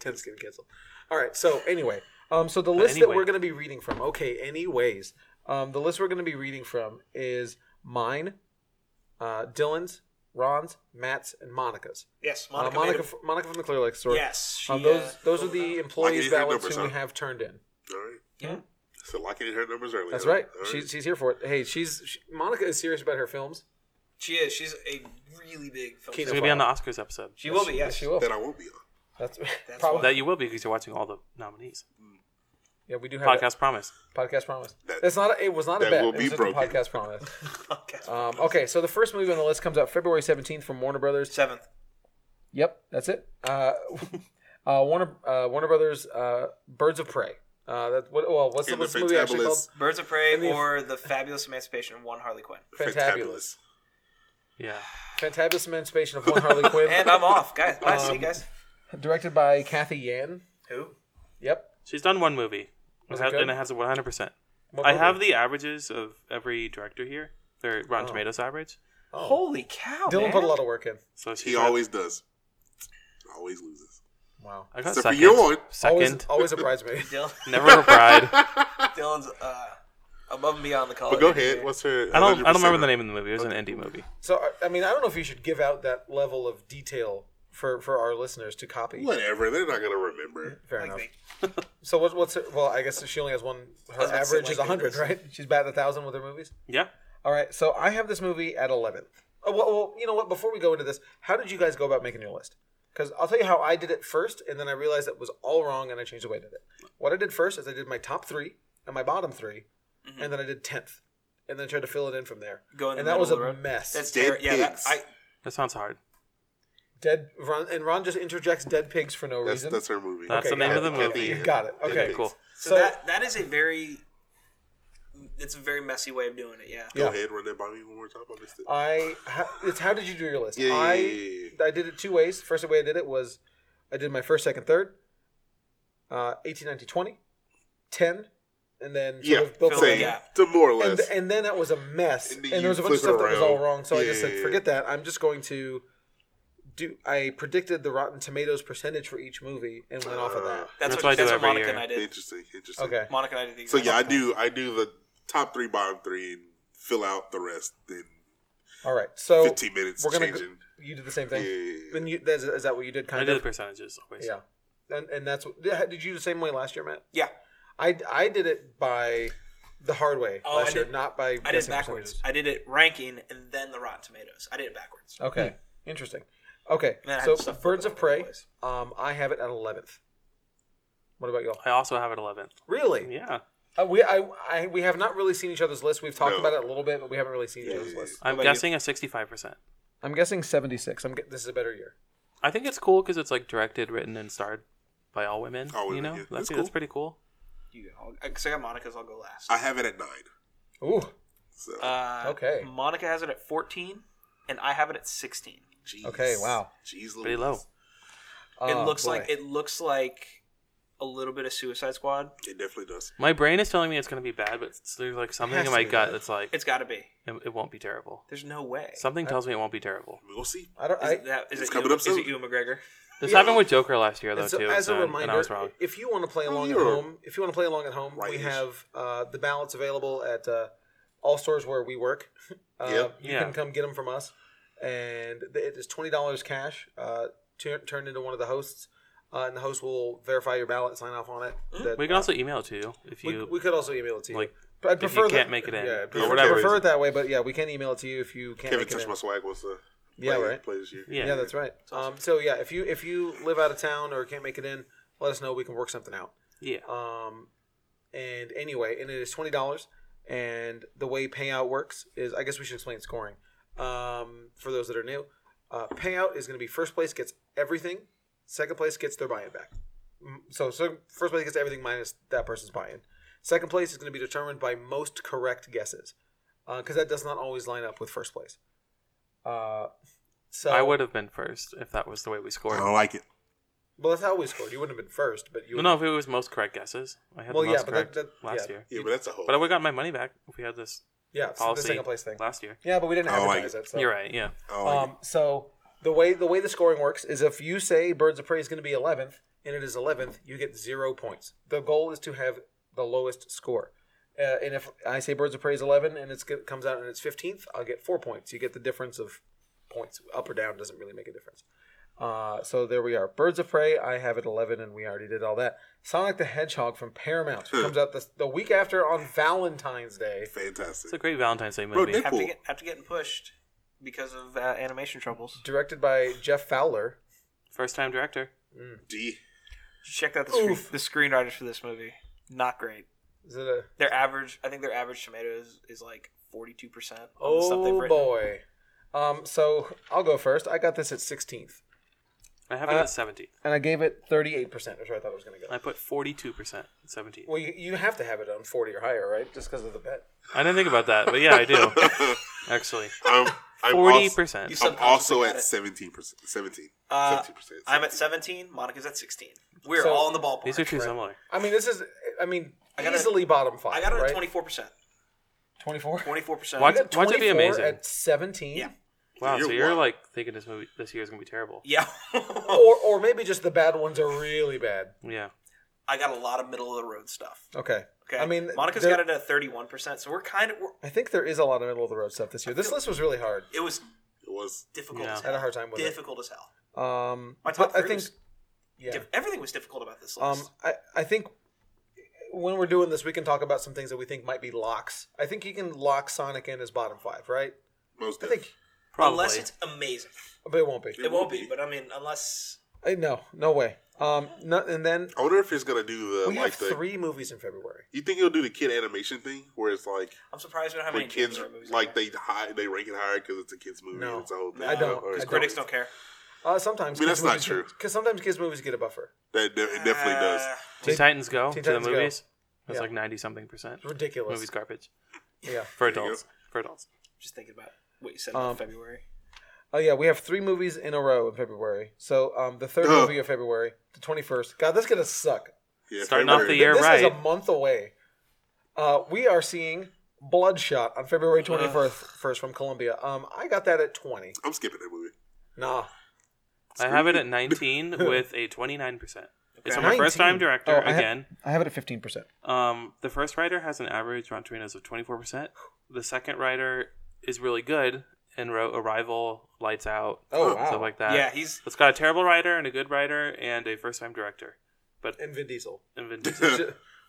Ten's gonna cancel. All right. So anyway, um, so the list that
anyway.
we're gonna be reading from. Okay. Anyways, um, the list we're gonna be reading from is mine, uh, Dylan's, Ron's, Matt's, and Monica's.
Yes,
Uh,
Monica. made
Monica,
it.
fr- Monica from the Clear Lake store.
yes, she,
Um, those
uh,
those are
filled it
the
out.
employees
Lucky these are
ballots
numbers,
who we
huh?
have turned in.
All right.
Yeah.
So locking in her numbers early.
That's
huh?
right.
All
She, she's here for it. Hey, she's she, Monica is serious about her films.
She is. She's a really big film.
Kino
It's gonna
Farm.
be on the Oscars episode.
She will be. Yes,
She will.
That I won't be on.
That's,
That's
probably.
That you will be because you're watching all the nominees.
yeah, we do have
Podcast promise.
a podcast promise.
That-
it's not. A, it was not a
that
bet.
will
it
be
was just a
broken.
podcast promise.
Podcast.
Um, okay, so the first movie on the list comes out February seventeenth from Warner Brothers.
Seventh.
Yep, that's it. Uh, uh, Warner uh, Warner Brothers uh, Birds of Prey. Uh, that what? Well, what's the,
In the
what's the movie actually called?
Fantabulous.
Birds of Prey
mean-
or the Fabulous Emancipation of One Harley Quinn.
Fantabulous.
Yeah.
Fantabulous Emancipation of One Harley Quinn,
And I'm off, guys. Bye,
Um,
see you guys.
directed by Kathy Yan.
Who?
Yep.
She's done one movie.
Was
It has-
it good?
and it has a 100%.
What
I
movie?
have the averages of every director here. Their Rotten Tomatoes average.
Holy cow!
Oh. Dylan
man.
put a lot of work in.
So she's
He always does. Always loses.
Wow.
I got
Except for
second.
your one.
Second.
Always, always a bridesmaid.
Dylan,
Never a bride.
Dylan's uh, above and beyond the
But
college.
go ahead. What's her?
I don't. I don't remember the name of the movie. It was an indie movie.
So I- I mean, I don't know if you should give out that level of detail for for our listeners to copy.
Whatever. They're not gonna remember.
Fair
Like
enough.
they-
So what, what's her, well? I guess she only has one. Her
about to say,
average is
like,
is hundred,
it's-
right? She's batting a thousand with her movies.
Yeah.
All right. So I have this movie at eleven. Oh, well, well, you know what? Before we go into this, how did you guys go about making your list? Because I'll tell you how I did it first, and then I realized it was all wrong, and I changed the way I did it. What I did first is I did my top three and my bottom 3 and then I did tenth, and then tried to fill it in from there.
Mm-hmm. Go in the
and that was a
middle of the road?
mess.
That's
Dead
terrible. Yeah, that,
pigs.
I,
That sounds hard.
Dead Ron, and Ron just interjects dead pigs for no
That's
reason.
that's her movie.
That's the name of the
Kathy
movie.
Yan.
Got it. Okay,
Okay. Cool.
so,
So-
that that is a very. It's a very messy way of doing it. Yeah.
Go
Yeah.
ahead. Run that by me one more time. I missed it.
I ha- it's how did you do your list?
Yeah, yeah,
I
yeah,
I did it two ways. First way I did it was I did my first, second, third, uh, 18, 19, 20, 10, and then sort
Yeah.
of built
fill
it up.
the
Same.
gap.
To more or
And,
less.
and then that was a mess,
And
and,
then
there was
you
a bunch of
flip it
stuff that was all
around.
wrong. So I just said,
Yeah.
forget that. I'm just going to do. I predicted the Rotten Tomatoes percentage for each movie and went off of that.
That's,
That's
what,
what I do
that's what
every
Monica
year.
and I did.
Interesting. Interesting.
Okay.
Monica and I did the
So
exact
yeah, I
same thing.
do. I do the top three, bottom three, and fill out the rest. Then
All right. So
15 minutes
we're gonna go-
changing.
you did the same thing.
Uh, Yeah, yeah, yeah.
Then you that's, is that what you did? Kind
I
of.
do the percentages always.
Yeah, and and that's what, did you do the same way last year, Matt?
Yeah,
I, I did it by the hard way
Oh,
last
I
year,
did-
not by
I did it
guessing
backwards.
percentages.
I did it ranking and then the Rotten Tomatoes. I did it backwards.
Okay, interesting. Okay,
Man, I had
so
stuff
Birds of
all over the
Prey.
place.
Um, I have it at eleventh. What about y'all?
I also have it 11th.
Really?
Yeah.
Uh, we I, I we have not really seen each other's list. We've talked
No.
about it a little bit, but we haven't really seen each
Yeah,
other's
yeah,
list.
I'm
about you?
guessing a 65%.
I'm guessing seventy six. I'm ge- this is a better year.
I think it's cool because it's like directed, written, and starred by all women.
All
you
women,
know,
yeah.
I
That's
think that's
cool.
pretty cool.
You go. Because I got Monica's. I'll go last.
I have it at nine.
Ooh,
So
Uh,
Okay.
Monica has it at 14, and I have it at 16.
jeez.
okay, wow.
Jeez,
Pretty
Louise.
low.
Oh,
it looks
boy.
like it looks like a little bit of Suicide Squad.
It definitely does.
My brain is telling me it's gonna be bad, but it's- there's like something
has
in
to
my
be
gut
bad.
that's like it,
It's got to be.
it won't be terrible.
There's no way. Is
Uh,
Something tells me it won't be terrible.
We'll see.
I don't. I,
it that, is
It's
it
coming
Ewan-
up soon.
Is it Ewan McGregor?
This
Yeah.
happened with Joker last year though
And so,
too.
as
so-
a reminder,
and I was wrong.
if you want to play along at
Oh, you're-
home, if you want to play along at home, we
Right-ish.
have uh, the ballots available at uh, all stores where we work. Uh,
Yep.
You
Yeah.
can come get them from us, and th- it is twenty dollars cash uh, tu- turned into one of the hosts, uh, and the host will verify your ballot, sign off on it. That-
We can also email it to you if
uh, we,
you.
we could also email it to you.
like,
but I
you
prefer
can't
that-
make it in,
Yeah,
or
I prefer,
whatever
prefer
reason.
it that way, but yeah, we can email it to you if you can't.
Kevin
make it
touched
in.
my swag. What's the
Yeah,
play,
right.
Play this year.
yeah,
Yeah, that's right. Um, so yeah, if you if you live out of town or can't make it in, let us know. We can work something out.
yeah.
Um, and anyway, and it is twenty dollars. And the way payout works is, I guess we should explain scoring. Um, for those that are new, uh, payout is going to be first place gets everything, second place gets their buy-in back. Mm, So, so first place gets everything minus that person's buy-in. Second place is going to be determined by most correct guesses. because that does not always line up with first place. Uh, so
I would have been first if that was the way we
I
scored.
don't like it.
Well, that's how we scored. You wouldn't have been first, but you.
Well, no, if it was most correct guesses, I had
Well,
the
yeah,
most
but that,
correct
that
last
yeah.
year.
Yeah, but that's a whole.
But I would have got my money back if we had this
Yeah, it's the
Policy.
second place thing.
last year.
Yeah, but we didn't
Oh, I-
advertise that. So.
You're right. Yeah.
I don't like
Um, so the way the way the scoring works is if you say Birds of Prey is going to be 11th and it is 11th, you get zero points. The goal is to have the lowest score. Uh, and if I say Birds of Prey is 11 and it's, it comes out and it's 15th, I'll get four points. You get the difference of points. Up or down doesn't really make a difference. Uh, so there we are. Birds of Prey, I have at 11, and we already did all that. Sonic the Hedgehog from Paramount comes out the, the week after on Valentine's Day.
it. Fantastic.
It's a great Valentine's Day
Bro,
movie.
Nick-
After,
Cool.
get, after getting pushed because of uh, animation troubles.
Directed by Jeff Fowler.
First time director.
D.
Check out the, screen,
Oof.
the screenwriters for this movie. Not great.
Is it a
Their average, I think their average tomatoes is like 42% on the stuff they've
Oh
written.
boy. Um, so I'll go first. I got this at 16th,
I have it
Uh,
at 17th.
and I gave it 38%, which I thought it was going to go.
I put 42% at 17th.
Well, you, you have to have it on 40 or higher, right? Just because of the bet.
I didn't think about that, but yeah, I do. Actually,
I'm, I'm
forty
also,
percent.
You
I'm
subconsciously
also
got
at
it.
17 percent. 17.
Uh,
17 percent.
I'm at 17. Monica's at 16. We're
So-
all in the ballpark.
These are too similar.
I mean, this is, I mean,
I got it-
easily bottom five.
I got it
right?
at 24%.
24.
24%.
I got
What? Why'd that be
24
amazing?
At 17.
Yeah.
Wow, so
You're
you're
wild.
like thinking this movie this year is gonna be terrible.
Yeah.
Or, or maybe just the bad ones are really bad.
Yeah,
I got a lot of middle of the road stuff.
Okay.
Okay.
I mean,
Monica's
there-
got it at 31%. So we're kind of, we're,
I think there is a lot of middle of the road stuff this year. This list was really hard.
it was
It was
difficult
Yeah.
as
I had a
hell.
hard time with it.
Difficult as hell.
Um,
My top
but I
three
think,
was-
yeah.
Diff- everything was difficult about this
Um,
list.
I, I think when we're doing this, we can talk about some things that we think might be locks. I think you can lock Sonic in as bottom five, right?
most.
I think,
probably.
Unless it's amazing.
but it won't be.
It, won't be, but I mean, unless
I, no, no way. Um, no, and then
I wonder if he's gonna do the
we
like
have
the.
three movies in February.
You think he'll do the kid animation thing where it's like
I'm surprised we don't have
when
any
kids
Disney movies
like
out there.
they high they rank it higher because it's a kids movie.
No.
and it's a whole thing.
I don't.
Or
I
it's-
critics don't care.
Uh, sometimes
I mean,
kids'
that's not
movies
true.
Because sometimes kids movies get a buffer.
That de- it definitely does.
Uh,
Teen Titans Go
Teen
to
Titans
the
Go.
movies. It's
Yeah.
like ninety something percent.
Ridiculous.
Movies garbage
Yeah.
for
There you
adults. For adults.
Just thinking about what you said about
Um,
February.
Oh yeah, we have three movies in a row in February. So um, the third
Ugh.
movie of February, the twenty first. God, that's gonna suck.
Yeah,
Starting off
February.
the year
this
right.
is a month away. Uh, we are seeing Bloodshot on February twenty first, first from Columbia. Um, I got that at twenty.
I'm skipping that movie.
Nah,
I have it at nineteen with a twenty nine percent. It's
Okay.
my
19.
first time director
Oh, I ha-
again.
I have it at fifteen percent.
Um, the first writer has an average Rotten Tomatoes of 24%. The second writer is really good and wrote Arrival, Lights Out,
Oh wow!
stuff like that.
yeah, he's
It's got a terrible writer and a good writer and a first time director. But
and Vin Diesel,
and Vin Diesel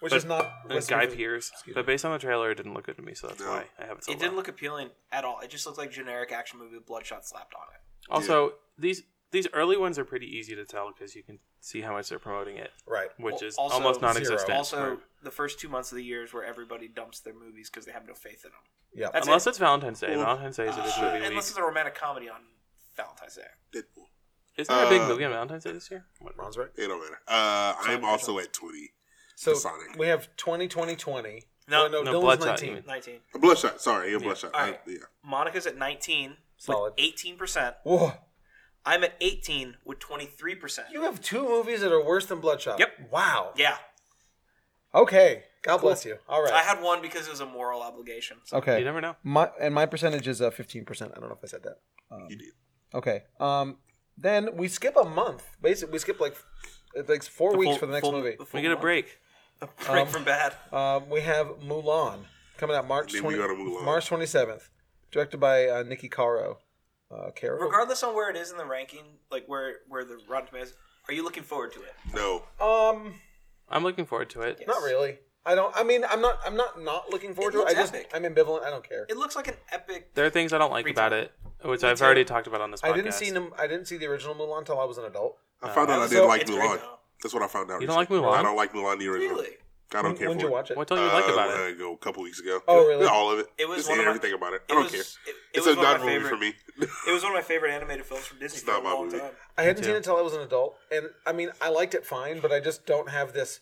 which, which is not
and
Western
Guy
Vin-
Pearce.
Excuse
But based on the trailer, it didn't look good to me, so that's
No.
why I have it so
it didn't
low.
look appealing at all. It just looked like generic action movie with bloodshot slapped on it.
also, these these early ones are pretty easy to tell because you can see how much they're promoting it,
Right.
which
Well,
is
also
almost
zero.
non-existent.
Also,
for-
the first two months of the year is where everybody dumps their movies because they have no faith in them.
Yeah.
That's
unless
it.
it's Valentine's Day.
Well,
Valentine's Day is a big
Uh,
movie week.
unless it's a romantic comedy on Valentine's Day.
Deadpool.
Isn't there a big
uh,
movie on Valentine's Day this year? What-
Ron's right.
It don't matter. Uh, I'm also at 20.
So
Sonic.
we have 20, 20, 20.
No,
no,
no,
Dylan's
Bloodshot, you
19.
mean.
19.
Bloodshot. Sorry, yeah, Bloodshot.
All right.
I, yeah.
Monica's at 19
Solid.
with 18%.
Whoa.
I'm at 18 with 23%.
You have two movies that are worse than Bloodshot.
Yep.
Wow.
yeah.
Okay. God bless you. All right. Uh,
I had one because it was a moral obligation. So
okay.
You never know.
My and my percentage is uh, 15%. I don't know if I said that.
You did.
Okay. Um then we skip a month. Basically, we skip like it's like 4 weeks
full-
for the next
full-
movie.
We get a break.
break from bad.
Um, we have Mulan coming out March
Then we
20,
go to Mulan.
March 27th, directed by uh, Nikki Caro. Uh, Caro?
Regardless on where it is in the ranking, like where where the Rotten Tomatoes, are you looking forward to it?
No.
Um,
I'm looking forward to it.
not really. I don't. I mean, I'm not. I'm not not looking forward
It
to it. I
looks
just.
epic.
I'm ambivalent. I don't care.
It looks like an epic.
There are things I don't like about it, which I've already talked about on this podcast.
I didn't see. Num- I didn't see the original Mulan until I was an adult.
I found out I
so
didn't like
Uh, it's great,
Mulan.
though.
That's what I found out.
You don't like
recently.
Mulan?
I don't like Mulan the original.
Really?
I don't
When
care
did
for
you
it.
watch it?
What don't you like
Uh,
about
long
it?
ago, a couple weeks ago.
Oh, really?
Yeah, All of it.
It was
Just
one of my-
everything about it. I
it
don't
was-
care.
it- it
it's
was
a
one of my
non movie for me.
favorite- It was one of my favorite animated films from Disney for
not
a
my
long
movie.
time.
I hadn't seen
too.
it until I was an adult, and I mean, I liked it fine, but I just don't have this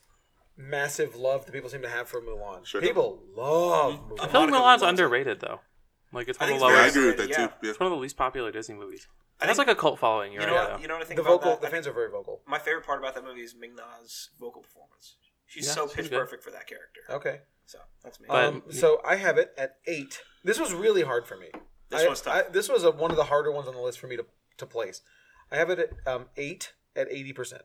massive love that people seem to have for Mulan.
Sure.
People love Mulan.
I feel like
Monica
Milan's
loves it.
underrated, though. Like it's
I
one of
think it's-
the
yeah, I
lowest.
agree with that
Yeah.
too. Yeah.
It's one of the least popular Disney movies.
I
It has
think-
like a cult following. You're
you know,
right.
what, you know what I think
The
about
vocal,
that?
the fans are very vocal.
My favorite part about that movie is Ming Na's vocal performance. She's
Yeah,
so
she's
pitch
good.
perfect for that character.
Okay.
So that's me.
But-
um, so I have it at eight. This was really hard for me.
This
I-
one's tough.
I, this was a, one of the harder ones on the list for me to, to place. I have it at um, eight at eighty percent.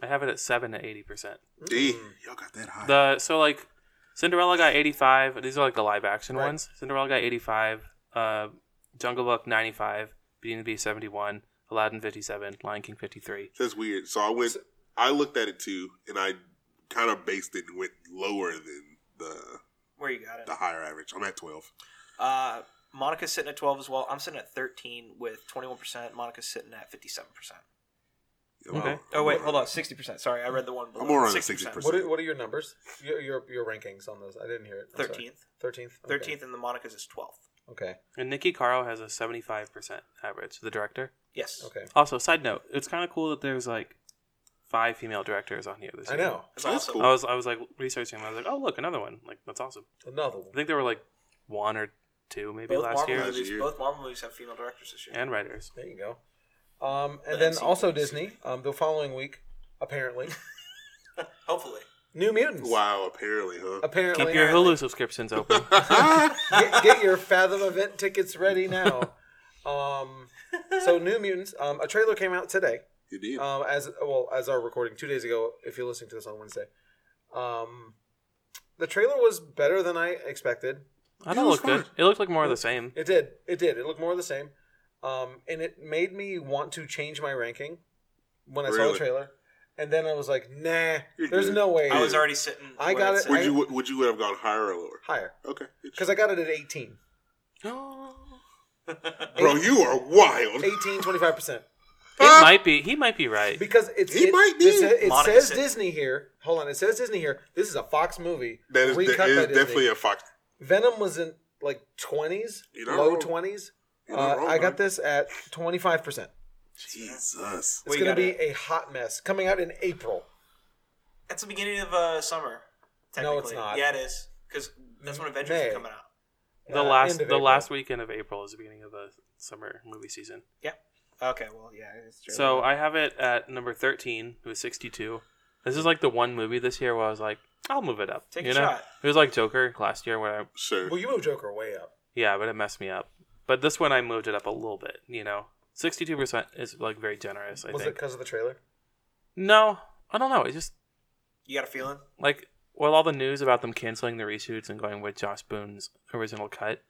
I have it at seven to eighty percent.
Mm-hmm.
D. Y'all got that high.
The so like Cinderella got eighty five. These are like the live action
Right.
ones. Cinderella got eighty five. Uh, Jungle Book ninety five. Beauty and the Beast seventy one. Aladdin fifty seven. Lion King fifty three.
That's weird. So I went. I looked at it too, and I kind of based it and went lower than the
Where you got it?
the higher average. I'm at twelve.
Uh, Monica's sitting at 12 as well. I'm sitting at 13 with 21%. Monica's sitting at 57%.
You know,
Okay.
I'm-
Oh, wait,
I'm-
hold on. 60%. Sorry, I read the one below.
more on the
60%.
60%.
What are, what are your numbers? Your, your your rankings on those? I didn't hear it.
13th.
Thirteenth.
13th, and the Monica's is 12th.
Okay.
And Nikki Caro has a seventy five percent average. The director.
Yes.
Okay.
Also, side note, it's kind of cool that there's like five female directors on here this
I
year.
know
It's
That's
awesome.
cool.
I was I was like researching. I was like, oh look, another one. Like that's awesome.
another
I
one.
think there were like one or two maybe
Both
last
Marvel,
year,
Last
movies,
year.
both Marvel movies have female directors this year.
and writers.
There you go. Um, and
The
then
MCU
also
movies.
Disney. Um, the following week, apparently,
Hopefully.
New Mutants.
Wow. Apparently, huh?
Apparently,
Keep your Hulu subscriptions open.
get, get your Fathom event tickets ready now. Um, so New Mutants. Um, a trailer came out today.
You did.
Oh,
Um, as well as our recording two days ago. If you're listening to this on Wednesday, um, the trailer was better than I expected.
I
Yeah,
don't
it
look
was
good.
fine.
It looked like more of the same.
It did. It did. It looked more of the same. Um, and it made me want to change my ranking when I saw the
Really?
trailer. And then I was like, nah,
You're
there's
good.
no way.
I was already sitting.
I
where
got
it's
it.
at.
would you Would you have gone higher or lower?
higher.
Okay.
Because I got it at 18.
Bro, you are wild.
18, 25%.
It might be. He might be right.
Because it's.
He
it,
might be.
It, sa- it
Monica
says
said-
Disney here. Hold on. It says Disney here. This is a Fox movie.
That is, that
recut by
is
Disney.
definitely a fox.
Venom was in like 20s,
You're not
low
wrong.
20s.
You're
Uh,
not wrong,
I got
man.
this at 25%.
Jesus.
It's
Where you
going to
got
be
it
a hot mess coming out in April.
That's the beginning of uh, summer. Technically.
it's not.
Yeah, it is. Because that's when Avengers
May.
is coming out.
The
Uh, end
last
of
the
April.
last weekend of April is the beginning of the summer movie season.
Okay, well, yeah, it's true.
So I have it at number thirteen. It was sixty two. This is like the one movie this year where I was like, I'll move it up.
Take
you
a
know,
shot.
it was like Joker last year where I,
Sure.
Well, you moved Joker way up.
yeah, but it messed me up. But this one I moved it up a little bit. You know, sixty two percent is like very generous. I
was it
think.
because of the trailer?
No, I don't know. It just
you got a feeling?
like well all the news about them canceling the reshoots and going with Josh Boone's original cut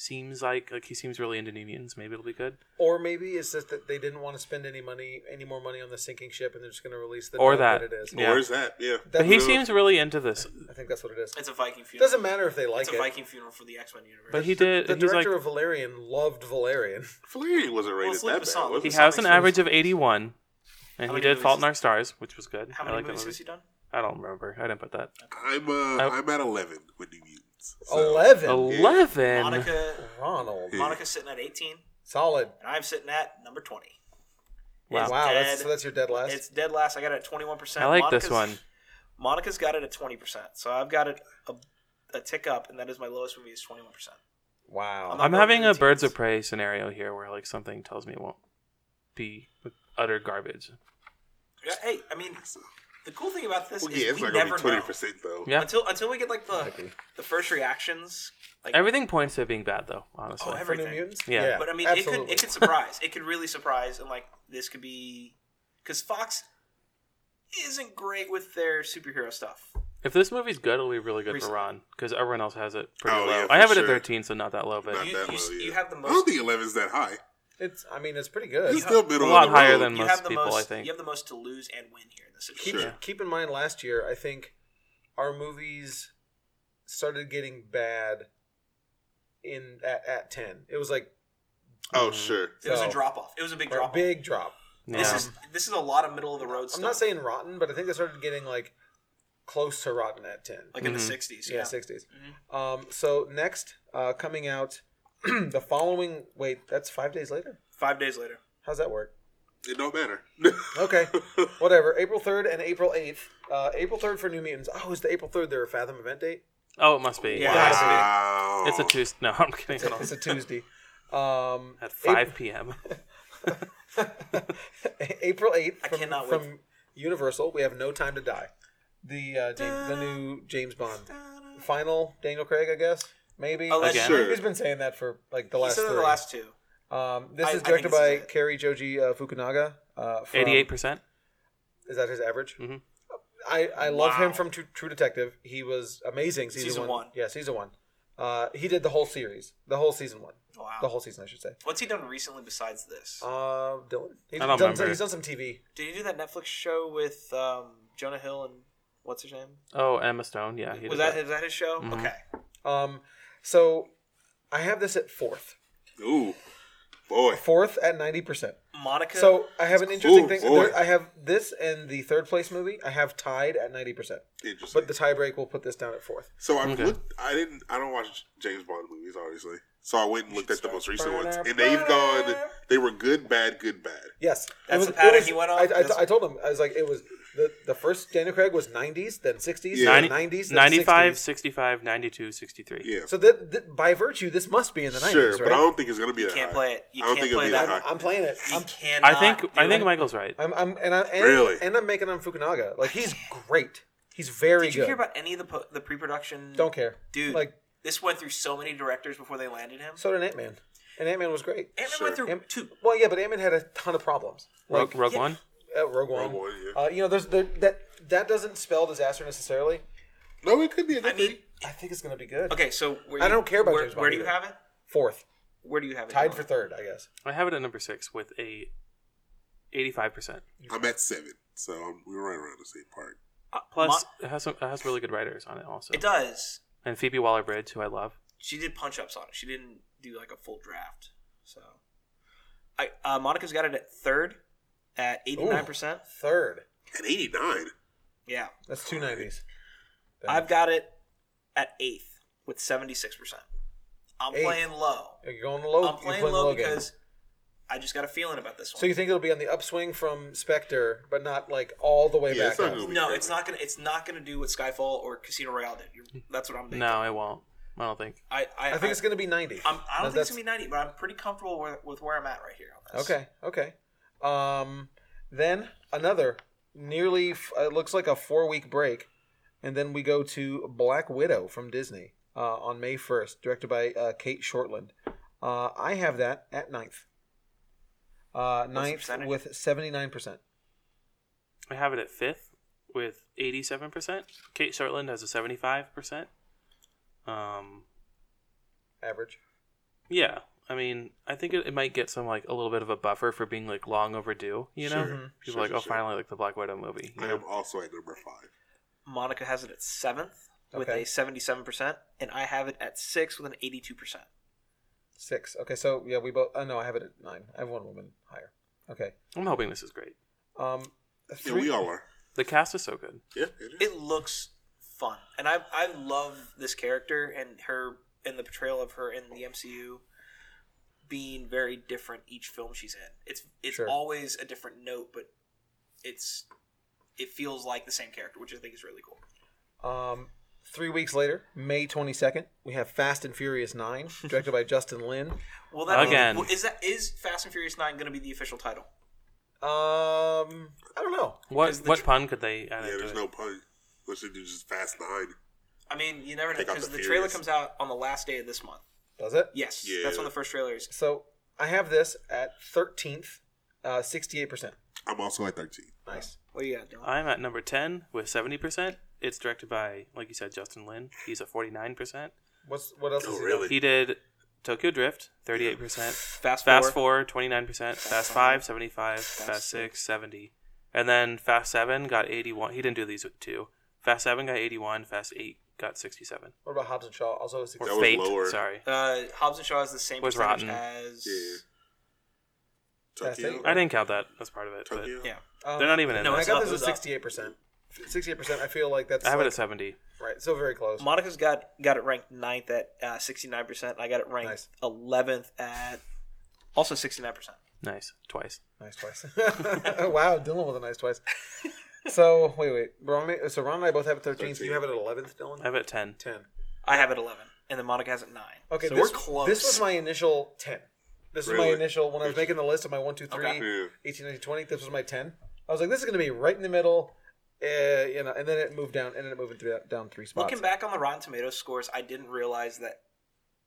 seems like like he seems really into New Mutants. Maybe it'll be good.
Or maybe it's just that they didn't want to spend any money, any more money on the sinking ship, and they're just going to release the
Or
dub
that.
it is.
Yeah.
Where's that? Yeah.
That-
But he
That's-
seems really into this.
I think that's what it is.
It's a Viking
It
funeral.
doesn't matter if they like
it's a
it.
Viking funeral for the X Men universe.
But he did.
The
he's like
director of Valerian loved Valerian.
Fleary wasn't rated
Sleep
that
is
bad.
solid.
was
he
it?
He's-
has
Sonic
an
Swift.
average of eighty one, and
How many
he did Fault
movies
in Our Stars, which was good.
How
I
many
like that
movies
movie.
has he done?
I don't remember. I didn't put that.
I'm uh,
I-
I'm at eleven with New Mutants. So,
Eleven.
Eleven.
Monica,
Ronald.
Monica's sitting at 18,
Solid.
and I'm sitting at number 20.
Wow.
Wow.
that's,
dead.
so that's your dead last.
It's dead last. I got it at 21%.
I like this one.
Monica's got it at 20%. So I've got it a, a tick up, and that is my lowest movie is 21%.
wow.
I'm
I'm
not
having
going
a
to
Birds
teams.
of Prey scenario here, where like something tells me it won't be utter garbage.
Yeah, hey, I mean, the cool thing about this
Well,
is
yeah, it's
we
not gonna
never
be twenty percent though.
Yeah.
know. Until, until we get, like, the,
Agree.
the first reactions. Like,
Everything points to it being bad, though. Honestly.
Oh,
For New
everything.
Mutants.
Yeah.
But I mean, it
absolutely.
could it could surprise. it could really surprise, and like this could be because Fox isn't great with their superhero stuff.
If this movie's good, it'll be really good
Recently.
for Ron because everyone else has it pretty
Oh,
low.
yeah, for
I have it at
sure.
13, so not that low, but
Not
You-
that
you
low,
s-
yeah.
you have the
I don't
most-
think eleven's that high.
it's. I mean, it's pretty
It's
good.
still middle
a lot
of the
higher
road.
than-
you
most
have the
people, I
most.
think.
You have the most to lose and win here in this
Keep
situation.
Sure.
keep in mind, last year I think our movies started getting bad in at, at ten. It was like
Mm-hmm.
Oh sure.
It was
So-
a drop off. It was a big
a
drop. off.
big drop.
yeah.
This is this is a lot of middle of the road stuff.
I'm not saying rotten, but I think they started getting like close to rotten at ten.
like in the
Mhm.
sixties.
yeah,
Yeah. Mm-hmm.
60s. Um, so next, uh, coming out the following. Wait, that's five days later.
Five days later.
How's that work?
It don't matter.
Okay, whatever. April third and April eighth. Uh, April third for New Mutants. Oh, is the April third their Fathom event date?
Oh, it must be.
Yeah.
Wow.
Wow.
It's a Tuesday. No, I'm kidding.
It's a Tuesday. Um,
At 5 p.m.
April eighth.
I
From,
cannot wait.
from Universal. We have No Time to Die. The uh, James, the new James Bond final Daniel Craig, I guess maybe.
Unless-
Again?
Sure.
He's been saying that for like the
He
last.
said the
three.
last two.
Um, this is
I- I think
directed
this
by
is it.
Kerry Joji uh, Fukunaga. Uh, from-
88%.
Is that his average?
Mhm.
I, I love
Wow.
him from True, True Detective. He was amazing season,
Season
one.
one.
Yeah, season one. Uh, he did the whole series, the whole season one,
Wow.
the whole season, I should say.
What's he done recently besides this?
Uh, Dylan. He's
I don't
done,
remember.
he's done some TV.
Did he do that Netflix show with um, Jonah Hill and what's her name?
Oh, Emma Stone. Yeah. he
Was
did
that, was that his show?
Mhm.
Okay.
Um, so I have this at fourth,
Ooh, boy.
fourth at ninety percent.
Monica.
So I have an interesting
Ooh,
thing.
boy.
There- I have this and the third place movie. I have tied at ninety percent,
Interesting.
but the tiebreak will put this down at fourth.
so I've
Okay.
looked. I didn't. I don't watch James Bond movies, obviously. So I went and looked at the most recent ones, and they've gone. They were good, bad, good, bad.
Yes,
That's
It was-
the pattern
it was-
he went on?
I, I,
That's-
I told him I was like, it was the, the first Daniel Craig was '90s, then '60s,
Yeah.
then
90,
'90s, then
95,
60s.
65, 92, 63.
Yeah,
So that, that by virtue, this must be in the '90s,
sure,
right?
but I don't think it's gonna be
you
that.
can't
high.
play it. You
I don't
can't
think it'll
play
be
that.
that
I'm,
high.
I'm playing it.
You
I'm,
cannot.
I think
do
I think
it.
Michael's right.
I'm, I'm and, I, and
Really?
and I'm making on Fukunaga. Like he's great. He's very
Did
good.
you hear about any of the po- the pre production?
don't care,
Dude,
Like
this went through so many directors before they landed him.
so did Ant Man, and Ant Man was great.
Ant-Man
Sure.
went through
Ant-
two.
Well, yeah, but Ant Man had a ton of problems.
Rogue, Rogue
yeah.
One.
Uh, Rogue One.
Rogue One, Oh, yeah.
uh, you know, there's there, that that doesn't spell disaster necessarily.
No, it could be. a good
I mean,
thing.
I think it's gonna be good.
okay, so where
I
you-
don't care about
where,
James Bond
where do you
either.
have it?
Fourth,
Where do you have it?
tied
Dylan?
for third, I guess.
I have it at number six with a 85%.
I'm at seven, so I'm, we're right around the same part.
Uh,
Plus,
Mo-
it has some, it has really good writers on it also.
it does.
And Phoebe Waller Bridge, who I love.
She did punch ups on it. She didn't do like a full draft. So, I uh, Monica's got it at third, at eighty nine percent.
Third.
At 89,
Yeah,
That's two nineties.
I've got it at eighth with seventy six percent. I'm
Eighth.
playing low.
You're going low.
I'm playing, low, because I just got a feeling about this one.
So you think it'll be on the upswing from Spectre, but not like all the way
Yeah,
back
it's not
up.
gonna be
no,
crazy.
it's not gonna. It's not gonna do what Skyfall or Casino Royale did. You're, that's what I'm thinking.
No, it won't. I don't think.
I, I,
I think it's gonna be ninety.
I'm, I don't
No,
think it's gonna be ninety, but I'm pretty comfortable with, with where I'm at right here on this.
that's- Okay. Okay. Um, then another nearly f- it looks like a four week break, and then we go to Black Widow from Disney uh, on May first, directed by uh, Kate Shortland. Uh, I have that at ninth. Uh, ninth
percentage?
with seventy nine percent.
I have it at fifth with 87%. Kate Shortland has a 75%. Um,
average.
yeah. I mean, I think it, it might get some, like, a little bit of a buffer for being, like, long overdue, you
Sure.
know? People
Sure,
are like,
sure,
oh,
sure.
finally, like, the Black Widow movie. you
I
know?
am also at number five.
Monica has it at seventh with
Okay.
a seventy-seven percent, and I have it at six with an eighty-two percent.
Six. Okay, so yeah, we both. Uh, no, I have it at nine. I have one woman higher. Okay.
I'm hoping this is great.
Um,
Yeah,
three,
we all are.
The cast is so good.
Yeah, it is.
It looks fun, and I I love this character and her and the portrayal of her in the MCU being very different each film she's in. It's it's
Sure.
always a different note, but it's it feels like the same character, which I think is really cool.
Um, three weeks later, May twenty second, we have Fast and Furious Nine, directed by Justin Lin.
Well, that
Again.
well, is that is Fast and Furious Nine going to be the official title?
Um, I don't know.
What
Because the
what
tr-
pun could they add
yeah,
into
there's
it?
no pun. Let's just do just fast nine.
I mean, you never know
Take out
because
the
the, trailer
Furious.
comes out on the last day of this month.
Does it?
Yes,
Yeah.
that's when the first trailer is.
So I have this at thirteenth, sixty eight percent.
I'm also at 13.
Nice.
What do you got, Dylan?
I'm at number 10 with 70%. It's directed by, like you said, Justin Lin. He's a 49%.
What's what else?
Oh,
is he
really?
done?
He did Tokyo Drift, 38%.
Fast,
Fast
forward.
4, 29%. Fast 5, 75. Fast 6, 70. And then Fast 7 got 81. He didn't do these two. Fast 7 got 81. Fast 8 got 67.
What about Hobbs and Shaw? Also,
Or
That was
Fate,
lower.
sorry.
Uh, Hobbs and Shaw is the same
Was
percentage
rotten.
as
Yeah.
Fast
Tokyo.
eight?
I didn't count that as part of it. But
Tokyo.
yeah.
um,
They're not even in
No,
there.
I
it's
got
up,
this at
it was up.
sixty eight percent. Sixty eight percent. I feel like that's
I have it
like,
at 70.
right. So very close.
Monica's got got it ranked ninth at sixty nine percent. I got it ranked
Nice.
eleventh at also sixty nine percent.
Nice. Twice.
Nice twice. wow, Dylan with a nice twice. So wait, wait. Ron, so Ron and I both have it 13th. You have it at 11th,
I
Dylan.
have it at 10.
10.
I have it eleven, and then Monica has it nine.
Okay,
so
this,
we're close.
This was my initial ten. This was my
Really?
initial when I was making the list of my 1, 2, 3,
Okay.
Yeah.
18, 19, 20, This was my ten. I was like, this is going to be right in the middle, uh, you know. And then it moved down, ended up moving three, down three spots.
looking back on the Rotten Tomatoes scores. I didn't realize that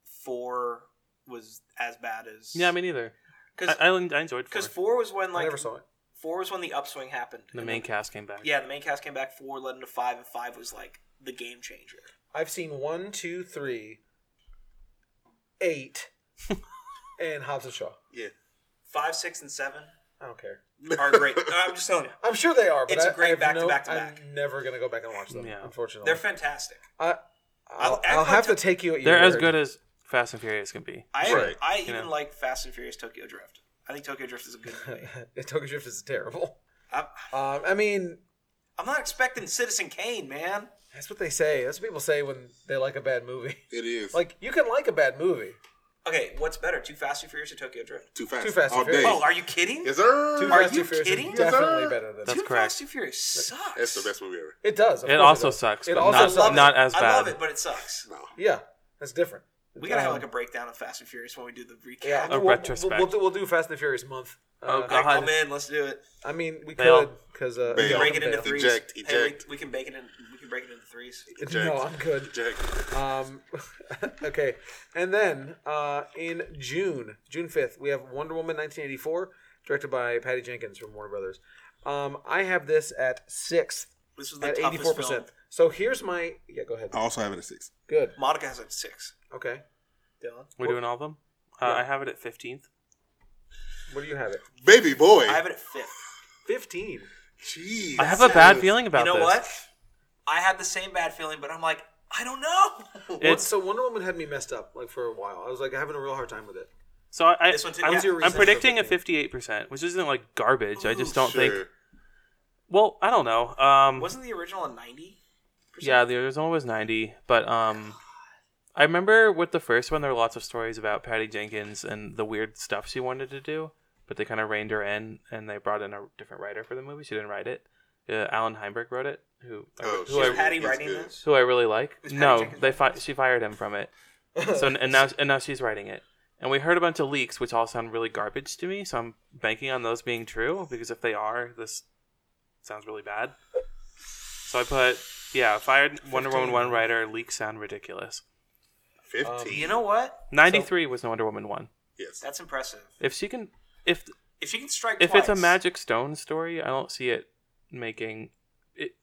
four was as bad as
Yeah, me neither.
because
I, I, I enjoyed four.
because four was when
I
like
never saw it.
four was when the upswing happened.
The
And
main
then-
cast came back.
yeah, the main cast came back. Four led into five, and five was like the game changer.
I've seen one, two, three, eight, and Hobbs and Shaw.
Yeah.
Five, six, and seven
I don't care.
are great. I'm just telling you,
I'm sure they are, but
It's
I,
a great
I have
back to
no-
back to
I'm
back.
never going to go back and watch them.
Yeah.
Unfortunately,
they're fantastic.
I,
I'll
I'll,
act
I'll
like
have
t-
to take you at your
They're as
word.
good as Fast and Furious can be.
I
Right.
I
You
even
know.
like Fast and Furious Tokyo Drift. I think Tokyo Drift is a good movie.
Tokyo Drift is terrible.
I'm,
Um, I mean,
I'm not expecting Citizen Kane, man.
that's what they say. That's what people say when they like a bad movie.
It is.
Like you can like a bad movie.
Okay, what's better, Too Fast and Furious or Tokyo Drift?
too fast.
Too Fast
All
and Furious.
day.
Oh, are you kidding?
Yes, sir.
Too
Are
Fast,
you
Too Furious
kidding?
is definitely
Yes, sir.
better than
That's
Too
correct.
Fast and Furious sucks.
That's the best movie ever.
it does. of
It
course
also
does.
sucks,
It
but
also
not-
sucks.
it.
not as
I love
bad.
it, but it sucks.
No.
Yeah, that's different.
We gotta have
Um,
like a breakdown of Fast and Furious when we do the recap.
yeah.
A
we'll- we'll-
retrospect.
We'll, do- we'll do Fast and the Furious month.
Oh,
Uh,
God.
I'm in. Let's do it.
I mean, we
Bail.
could because uh,
Bail.
yeah,
Break it
bail.
into threes.
Eject,
Hey,
eject.
we, we can bake it in. We can break it into threes.
No, I'm good.
Jack.
Um, okay, and then uh, in June, June fifth, we have Wonder Woman 1984, directed by Patty Jenkins from Warner Brothers. Um, I have this at sixth
This was the
at
toughest
84.
film.
percent So here's my yeah. Go ahead.
I also have it at six.
Good.
Monica has a six.
Okay.
Dylan,
We're doing all of them. Uh, I have it at fifteenth.
What do you have it?
Baby boy.
I have it at fifth.
Fifteen.
Jeez.
I have a bad
Yes.
feeling about
You know
this.
what? I had the same bad feeling, but I'm like, I don't know.
Well,
It's
so Wonder Woman had me messed up like for a while. I was like having a real hard time with it.
so I. I
This one too-
I'm,
yeah.
I'm predicting a fifty-eight percent, which isn't like garbage. I just don't
Sure.
think. Well, I don't know. Um,
Wasn't the original a ninety?
Yeah, the original was 90, but um I remember with the first one there were lots of stories about Patty Jenkins and the weird stuff she wanted to do, but they kind of reined her in and they brought in a different writer for the movie. She didn't write it. Uh, Alan Heinberg wrote it, who
Oh,
who,
shit. Patty
I,
Patty writing
good.
this?
who I really like.
Is Patty
No,
Jenkins
they fi- she fired him from it. So and now and now she's writing it. And we heard a bunch of leaks which all sound really garbage to me, so I'm banking on those being true because if they are, this sounds really bad. So I put, yeah, fired Wonder Woman 1 writer, leaks sound ridiculous.
15.
You know what?
93 was Wonder Woman 1.
yes.
Um, That's impressive.
If she can, if
If she can strike,
if it's a
twice-
Magic Stone story, I don't see it making it.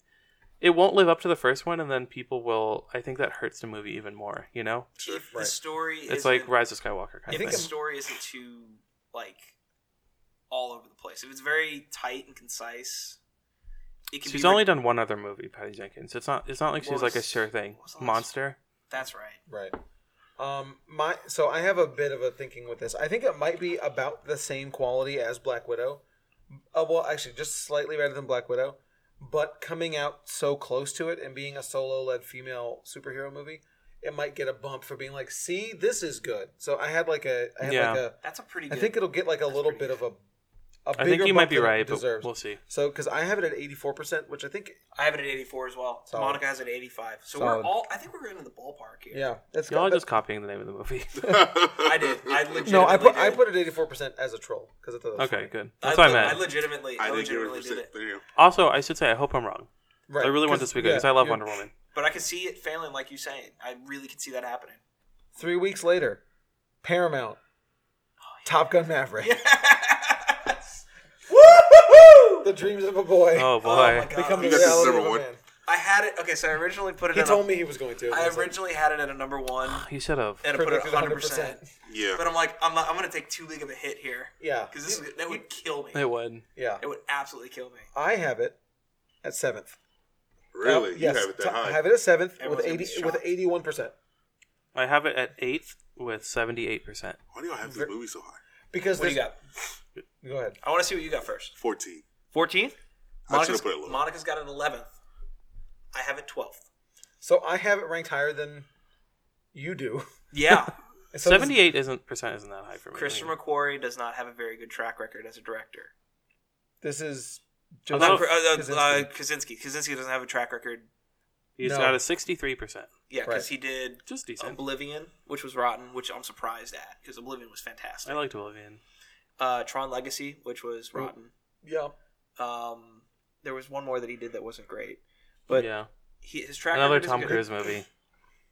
It won't live up to the first one, and then people will. I think that hurts the movie even more. You know,
Sure.
the story
it's
is
like Rise of Skywalker kind
if
of thing.
the story isn't too like all over the place. If it's very tight and concise, it can
She's
be
only done one other movie, Patty Jenkins. It's not. It's not like she's
What
like a
was-
sure thing.
what was the last-
Monster.
That's right.
Right. Um, my so I have a bit of a thinking with this. I think it might be about the same quality as Black Widow. Uh, well, actually, just slightly better than Black Widow, but coming out so close to it and being a solo-led female superhero movie, it might get a bump for being like, "See, this is good." So I had like a, I had
Yeah.
like a,
That's a pretty
I
good.
think it'll get like a little bit of a, a bigger
I think you might
bump
be
than it
right, but
deserves.
we'll see.
So because I have it at eighty-four percent, which I think,
I have it at 84 as well.
Solid.
Monica has it at 85. So
Solid.
we're all. I think we're in the ballpark here.
yeah, that's
Y'all are
good.
just copying the name of the movie.
I did. I legitimately
no, I put
did.
I put it eighty-four percent as a troll because I thought that was
okay,
funny.
good.
I,
That's what I
le- I
meant.
legitimately, I,
I didn't give it a
legitimately did
percent.
it.
There you go.
Also, I should say I hope I'm wrong.
Right.
I really want this to be good because I love
you're-
Wonder Woman.
But I could see it failing, like you saying. I really could see that happening.
Three weeks later, Paramount, Top Gun Maverick, the dreams of a boy
Oh boy.
Oh my god!
become the
This is
reality of
number
a
one.
man.
I had it. Okay, so I originally put it.
He
at
told
a,
me he was going to.
I
was like,
originally had it at a number one,
You should have.
and I put it at
predicted
100. percent
100%.
Yeah.
But um, I'm like, I'm not, I'm gonna take too big of a hit here.
Yeah.
Because this is, that would kill me.
It would.
Yeah,
It would absolutely kill me.
I have it at seventh.
really?
Uh,
you
yes,
have it that
top-
high.
I have it at seventh
Everyone's gonna be
with eighty with
shocked.
eighty-one percent
I have it at eighth with seventy-eight percent.
Why do y'all have this movie so high?
because
What do you
there's-
got?
Go ahead.
I want to see what you got first.
14.
14th.
I should
Monica's,
have put it low.
Monica's got an 11th. I have it 12th.
So I have it ranked higher than you do.
Yeah.
And so this-
Seventy-eight isn't percent isn't that high for me.
Christopher McQuarrie does not have a very good track record as a director.
This is
I'm
just
not-
Uh, uh, uh,
Krasinski.
Krasinski. Krasinski doesn't have a track record.
He's
No.
got a sixty-three percent.
Yeah, because
Right.
he did
Just decent.
Oblivion, which was rotten, which I'm surprised at because Oblivion was fantastic.
I liked Oblivion.
uh, Tron Legacy, which was rotten.
Yeah.
Um, there was one more that he did that wasn't great, but
yeah,
he, his track
another
record is
Tom
good.
Cruise movie.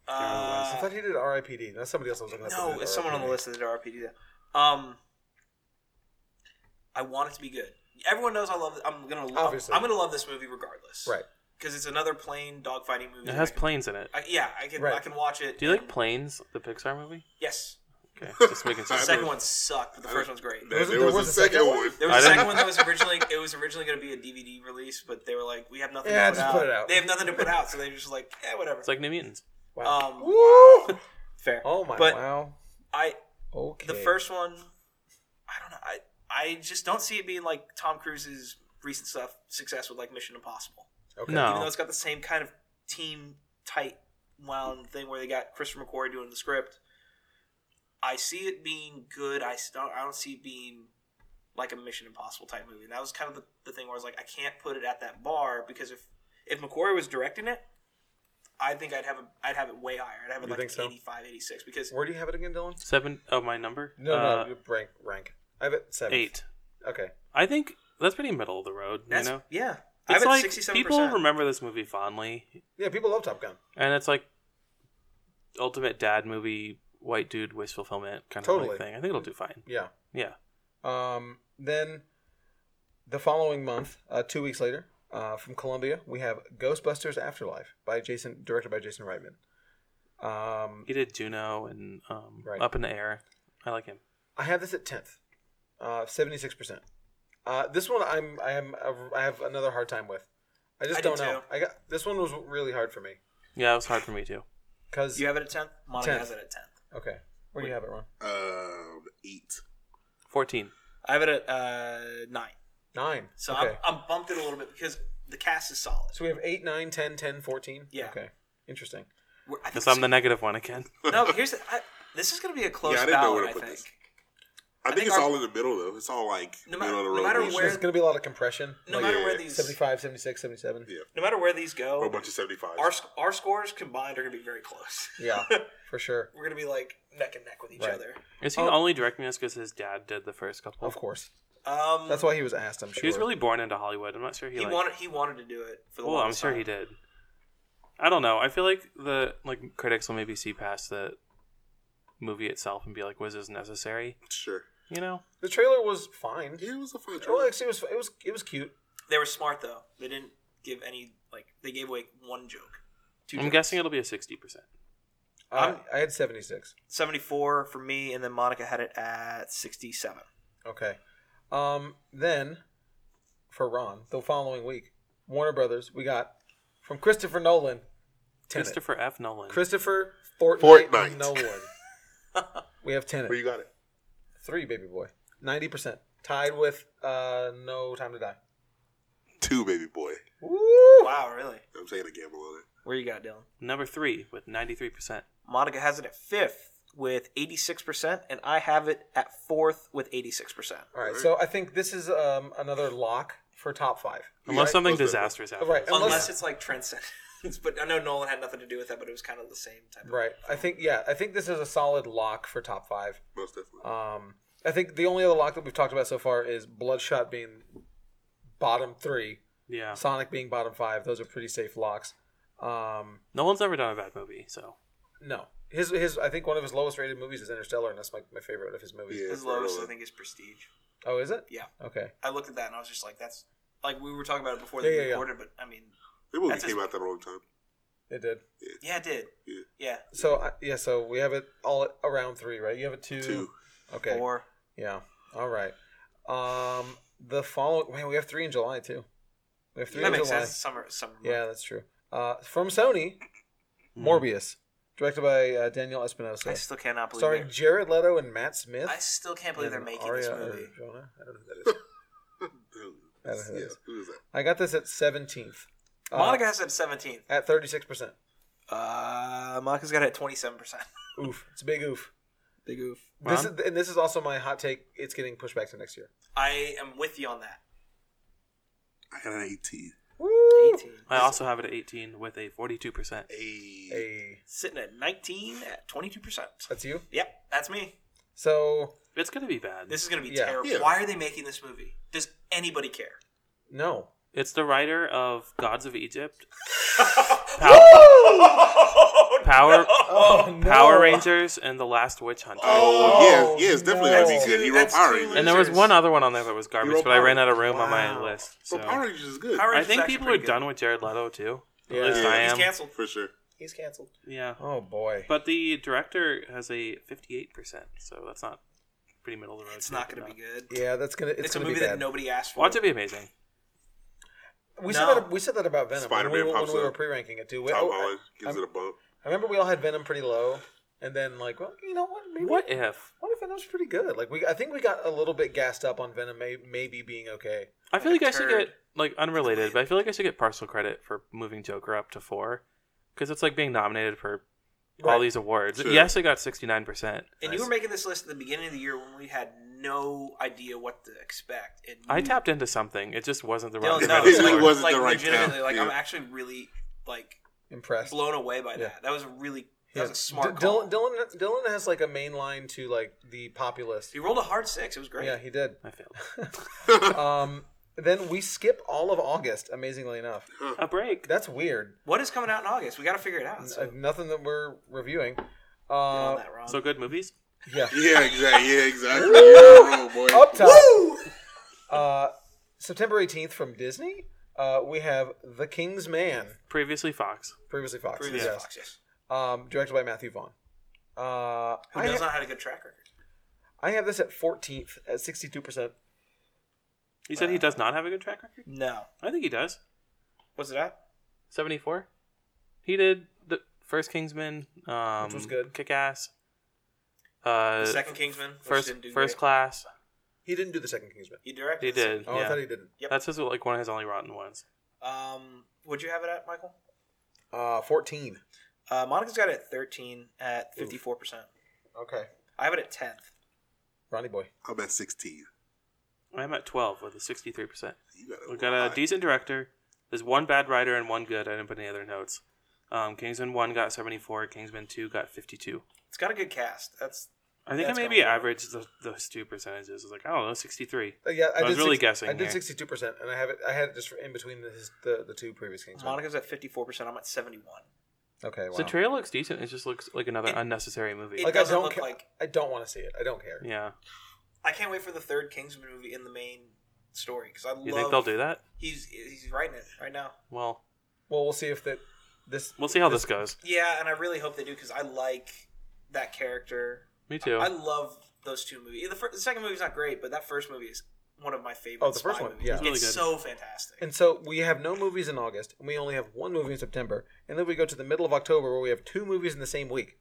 I
Uh,
thought he did R.I.P.D. That's somebody else I was looking at. that
no,
did
it's someone on the
RIPD.
list that did RPD. That. Um, I want it to be good. Everyone knows I love. I'm gonna. Love,
Obviously.
I'm gonna love this movie regardless.
Right.
Because it's another plain dogfighting movie.
It
that
has
I can-
planes in it.
I, yeah, I can. I
Right.
can watch it.
Do you like Planes, the Pixar movie?
Yes.
Okay, just making
The
I
sense.
second
was-
one sucked, but the first one's great.
There,
Was it-
there was, a second, one.
There was
I
a
didn't-
second one that was originally it was originally going to be a DVD release, but they were like, we have nothing.
Yeah,
to put,
just
out.
put it out.
They have nothing to put out, so they're just like, yeah, whatever.
It's like New Mutants.
Wow.
um,
Woo!
fair.
Oh my
But
wow.
I
Okay.
the first one, I don't know. I I just don't see it being like Tom Cruise's recent stuff success with like Mission Impossible,
Okay.
No.
even though it's got the same kind of team tight wound thing where they got Christopher McQuarrie doing the script. I see it being good. I s- don't. I don't see it being like a Mission Impossible type movie. And that was kind of the, the thing where I was like, I can't put it at that bar because if if McQuarrie was directing it, I think I'd have a I'd have it way higher. I'd have it
You
like
think so?
85, 86 because
Where do you have it again,
Uh,
Dylan?
Seven. Oh, my number.
No,
Uh,
no. you Rank. Rank. I have it seven.
eight.
Okay.
I think that's pretty middle of the road.
that's
you know,
yeah. I have
it's
it
like
67%.
people remember this movie fondly,
Yeah, people love Top Gun.
and it's like ultimate dad movie, white dude wish fulfillment kind of
Totally.
like thing. I think it'll do fine.
Yeah.
Yeah,
Um, then the following month, uh, two weeks later, uh, from Columbia, we have Ghostbusters Afterlife by Jason, directed by Jason Reitman. Um,
he did Juno and um,
Right.
Up in the Air. I like him.
I have this at tenth, seventy six percent. Uh, This one I'm I am I have another hard time with. I just
I did
don't know.
too.
I got this one was really hard for me
Yeah, it was hard for me too.
because
You have it at tenth. Monica
10th.
has it at tenth.
okay, where do you have it, Ron?
Um, eight.
Fourteen.
I have it at uh, nine.
Nine.
So
okay.
I'm, I'm bumped it a little bit because the cast is solid.
so we have eight, nine, ten, ten, fourteen.
Yeah.
Okay. Interesting.
We're- I think
Because I'm the negative one again.
no, here's the, I, this is going to be a close
Yeah, I didn't know
ballot.
where to
I
put
think.
this. I, think,
think
it's
our-
all in the middle though. It's all like
No
middle of the
matter- no
road.
matter
bullshit.
where-
There's going to be a lot of compression.
No
like
matter where
Oh, yeah, Oh,
these,
75, 76, 77.
Yeah.
no matter where these
Or a
go,
bunch of seventy five.
our sc- our scores combined are going to be very close.
Yeah, for sure.
We're going to be like neck and neck with each
Right.
other.
Is he only directing this because his dad did the first couple?
Oh. Of course.
Um,
That's why he was asked, I'm sure.
He was really born into Hollywood. I'm not sure he,
he
like,
wanted he wanted to do it for the.
Well, I'm
longest
sure he
time.
did. I don't know. I feel like the like critics will maybe see past the movie itself and be like, "Was this necessary?"
sure.
You know,
The trailer was fine.
Yeah, it was a fun trip.
Well, actually, it was it was it was cute.
They were smart though. They didn't give any like they gave away one joke. Two
I'm
jokes.
guessing it'll be a sixty percent.
Uh, I had 76.
74 for me, and then Monica had it at 67.
Okay. Um, then for Ron, the following week, Warner Brothers, we got from Christopher Nolan, Tenet. Christopher,
Christopher F. Nolan.
Christopher Fortnite,
Fortnite.
Nolan. we have Tenet.
Where you got it?
Three, baby boy. 90%. Tied with uh, No Time to Die.
Two baby boy.
Woo!
Wow, really?
I'm saying a gamble on it.
Where you got Dylan?
Number three with ninety three percent.
Monica has it at fifth with 86%, and I have it at fourth with 86%.
All right, so I think this is um, another lock for top five.
Unless
Right,
something
most of it.
disastrous happens.
Right,
Unless,
unless
it's like transcendence. But I know Nolan had nothing to do with that, but it was kind of the same type of
Right. I think yeah. I think this is a solid lock for top five.
Most definitely.
Um, I think the only other lock that we've talked about so far is Bloodshot being bottom three,
Yeah.
Sonic being bottom five. Those are pretty safe locks. Um,
Nolan's never done a bad movie, so
no, his his I think one of his lowest rated movies is Interstellar, and that's my, my favorite of his movies.
Yeah,
His lowest, I think, is prestige.
Oh, is it?
Yeah.
Okay.
I looked at that and I was just like, that's like we were talking about it before they
Yeah, yeah, yeah.
recorded, but I mean,
The movie
That's
came
his-
out the wrong time.
It did.
yeah, it did.
Yeah.
Yeah.
So I, yeah. So we have it all at around three, right? You have it two.
Two.
Okay.
Or
Yeah. All right. Um, the following. Man, we have three in July too. We have three
that
in
makes
July.
sense. Summer, summer. month.
Yeah, that's true. Uh, from Sony, Morbius, directed by uh, Daniel Espinosa,
Hmm. I still cannot believe
starring
it.
Jared Leto and Matt Smith.
I still can't believe they're
and
making
Aria
this movie.
Arjona. I don't know who that is. I don't know who that
yeah,
is.
who is that?
I got this at seventeenth. uh,
Monica has it at 17th.
at thirty six percent.
Uh, Monica's got it at 27%.
Oof, it's a big oof.
Big oof.
This is,
Ron?
and this is also my hot take. It's getting pushed back to next year.
I am with you on that.
I got an eighteen.
Woo!
18.
I also have it at 18 with a 42%.
Hey.
Hey,
Sitting at 19 at 22%.
that's you.
Yep, that's me.
So
It's going to be bad.
This is going to be
Yeah.
terrible.
Yeah.
Why are they making this movie? Does anybody care?
no,
It's the writer of Gods of Egypt,
Oh,
Power
oh, no.
Power Rangers, and The Last Witch Hunter.
Oh,
Oh, yes, yeah, it's definitely
no.
gonna be good. He wrote
That's
Power
too-
Rangers.
and there was
Rangers.
one other one on there that was garbage,
wrote
but I ran out
Power-
of room on my
Wow.
list.
So
So
Power Rangers is good
Power
I
Rangers is
think
actually
people are
pretty good.
done with Jared Leto too.
Yeah.
At least I
Yeah.
He's
am.
canceled.
for sure.
he's canceled.
Yeah.
Oh boy.
But the director has a 58%, so that's not pretty middle of the road.
It's not going to be good.
yeah, that's gonna. It's,
It's, a
gonna
movie
be
that
bad.
nobody asked for.
Watch it be amazing.
we
No.
said that. We said that about Venom when we,
Spider-Man
were-
pops
when we were
up.
pre-ranking it too. We-
Tom
oh, I-
Holland gives
I'm-
it a bump.
I remember we all had Venom pretty low, and then like, well, you know what? Maybe
What if?
What if Venom's pretty good? Like, we I think we got a little bit gassed up on Venom may, maybe being okay.
I feel
Like a
like I should
turd.
get like unrelated, but I feel like I should get partial credit for moving Joker up to four because it's like being nominated for all
Right.
these awards.
Sure.
Yes, it got sixty nine percent.
And you were making this list at the beginning of the year when we had no idea what to expect. And
I
you-
tapped into something. It just wasn't the
No, no,
right. No,
It
like,
wasn't
like,
the right
legitimately,
tap,
like I'm
yeah.
actually really like
Impressed.
blown away by that.
Yeah.
That was a really that
Yeah.
was a smart
D-
call.
Dylan, Dylan Dylan has like a main line to like the populace.
He rolled a hard six. It was great.
Yeah, he did.
I failed.
um, then we skip all of August. Amazingly enough,
A break.
that's weird.
What is coming out in August? We got to figure it out. So
Uh, nothing that we're reviewing.
I'm on
Uh,
that wrong.
So good movies.
yeah.
Yeah, exactly. Yeah, exactly. You're on a roll, boy.
Up top.
Woo!
Uh, September 18th from Disney, uh, we have The King's Man,
Previously Fox.
previously Fox.
Previous
yes.
Fox, yes.
Um, directed by Matthew Vaughn. Uh,
Who
I,
knows
ha-
not had a good track record?
I have this at 14th at 62%.
You said he does not have a good track record.
No.
I think he does.
What's it at?
Seventy four. He did the first Kingsman, um,
Which was good.
Kick Ass. Uh,
The second Kingsman. which
first
didn't do
first
great.
class.
He didn't do the second Kingsman.
He directed.
He
the
did.
Oh, I
yeah.
thought he didn't.
Yep.
That's just like one of his only rotten ones.
second. Um, would you have it at Michael?
Uh, 14.
Uh, Monica's got it at 13 at 54 percent.
Okay.
I have it at 10th.
Ronnie Boy.
I'm at 16.
I'm at 12 with a 63%.
You got a
We've got a
lot.
decent director. There's one bad writer and one good. I didn't put any other notes. Um, Kingsman 1 got 74. Kingsman 2 got 52.
It's got a good cast. That's
I think
That's
I
gonna
maybe
be-
averaged the, those two percentages. I was like, oh, I don't know, 63.
Uh, yeah, I,
I was
did
really
six-
guessing
I did
here.
62%, and I have it. I had it just in between the, his, the, the two previous Kingsmen.
Monica's at 54 percent. I'm at 71.
Okay, wow.
The trailer looks decent. It just looks like another
It-
unnecessary movie.
It
Like, I
doesn't
don't
look
ca-
like
I don't want to see it. I don't care.
yeah.
I can't wait for the third Kingsman movie in the main story because I love.
You think they'll do that?
He's he's writing it right now.
Well,
Well, we'll see if that this
we'll see how this goes.
Yeah, and I really hope they do because I like that character.
Me too.
I love those two movies. The, fir- the second movie's not great, but that first movie is one of my favorite.
Oh, the first
spy
one,
movies.
yeah.
it's
It's really
so
good.
fantastic.
And so we have no movies in August, and we only have one movie in September, and then we go to the middle of October where we have two movies in the same week.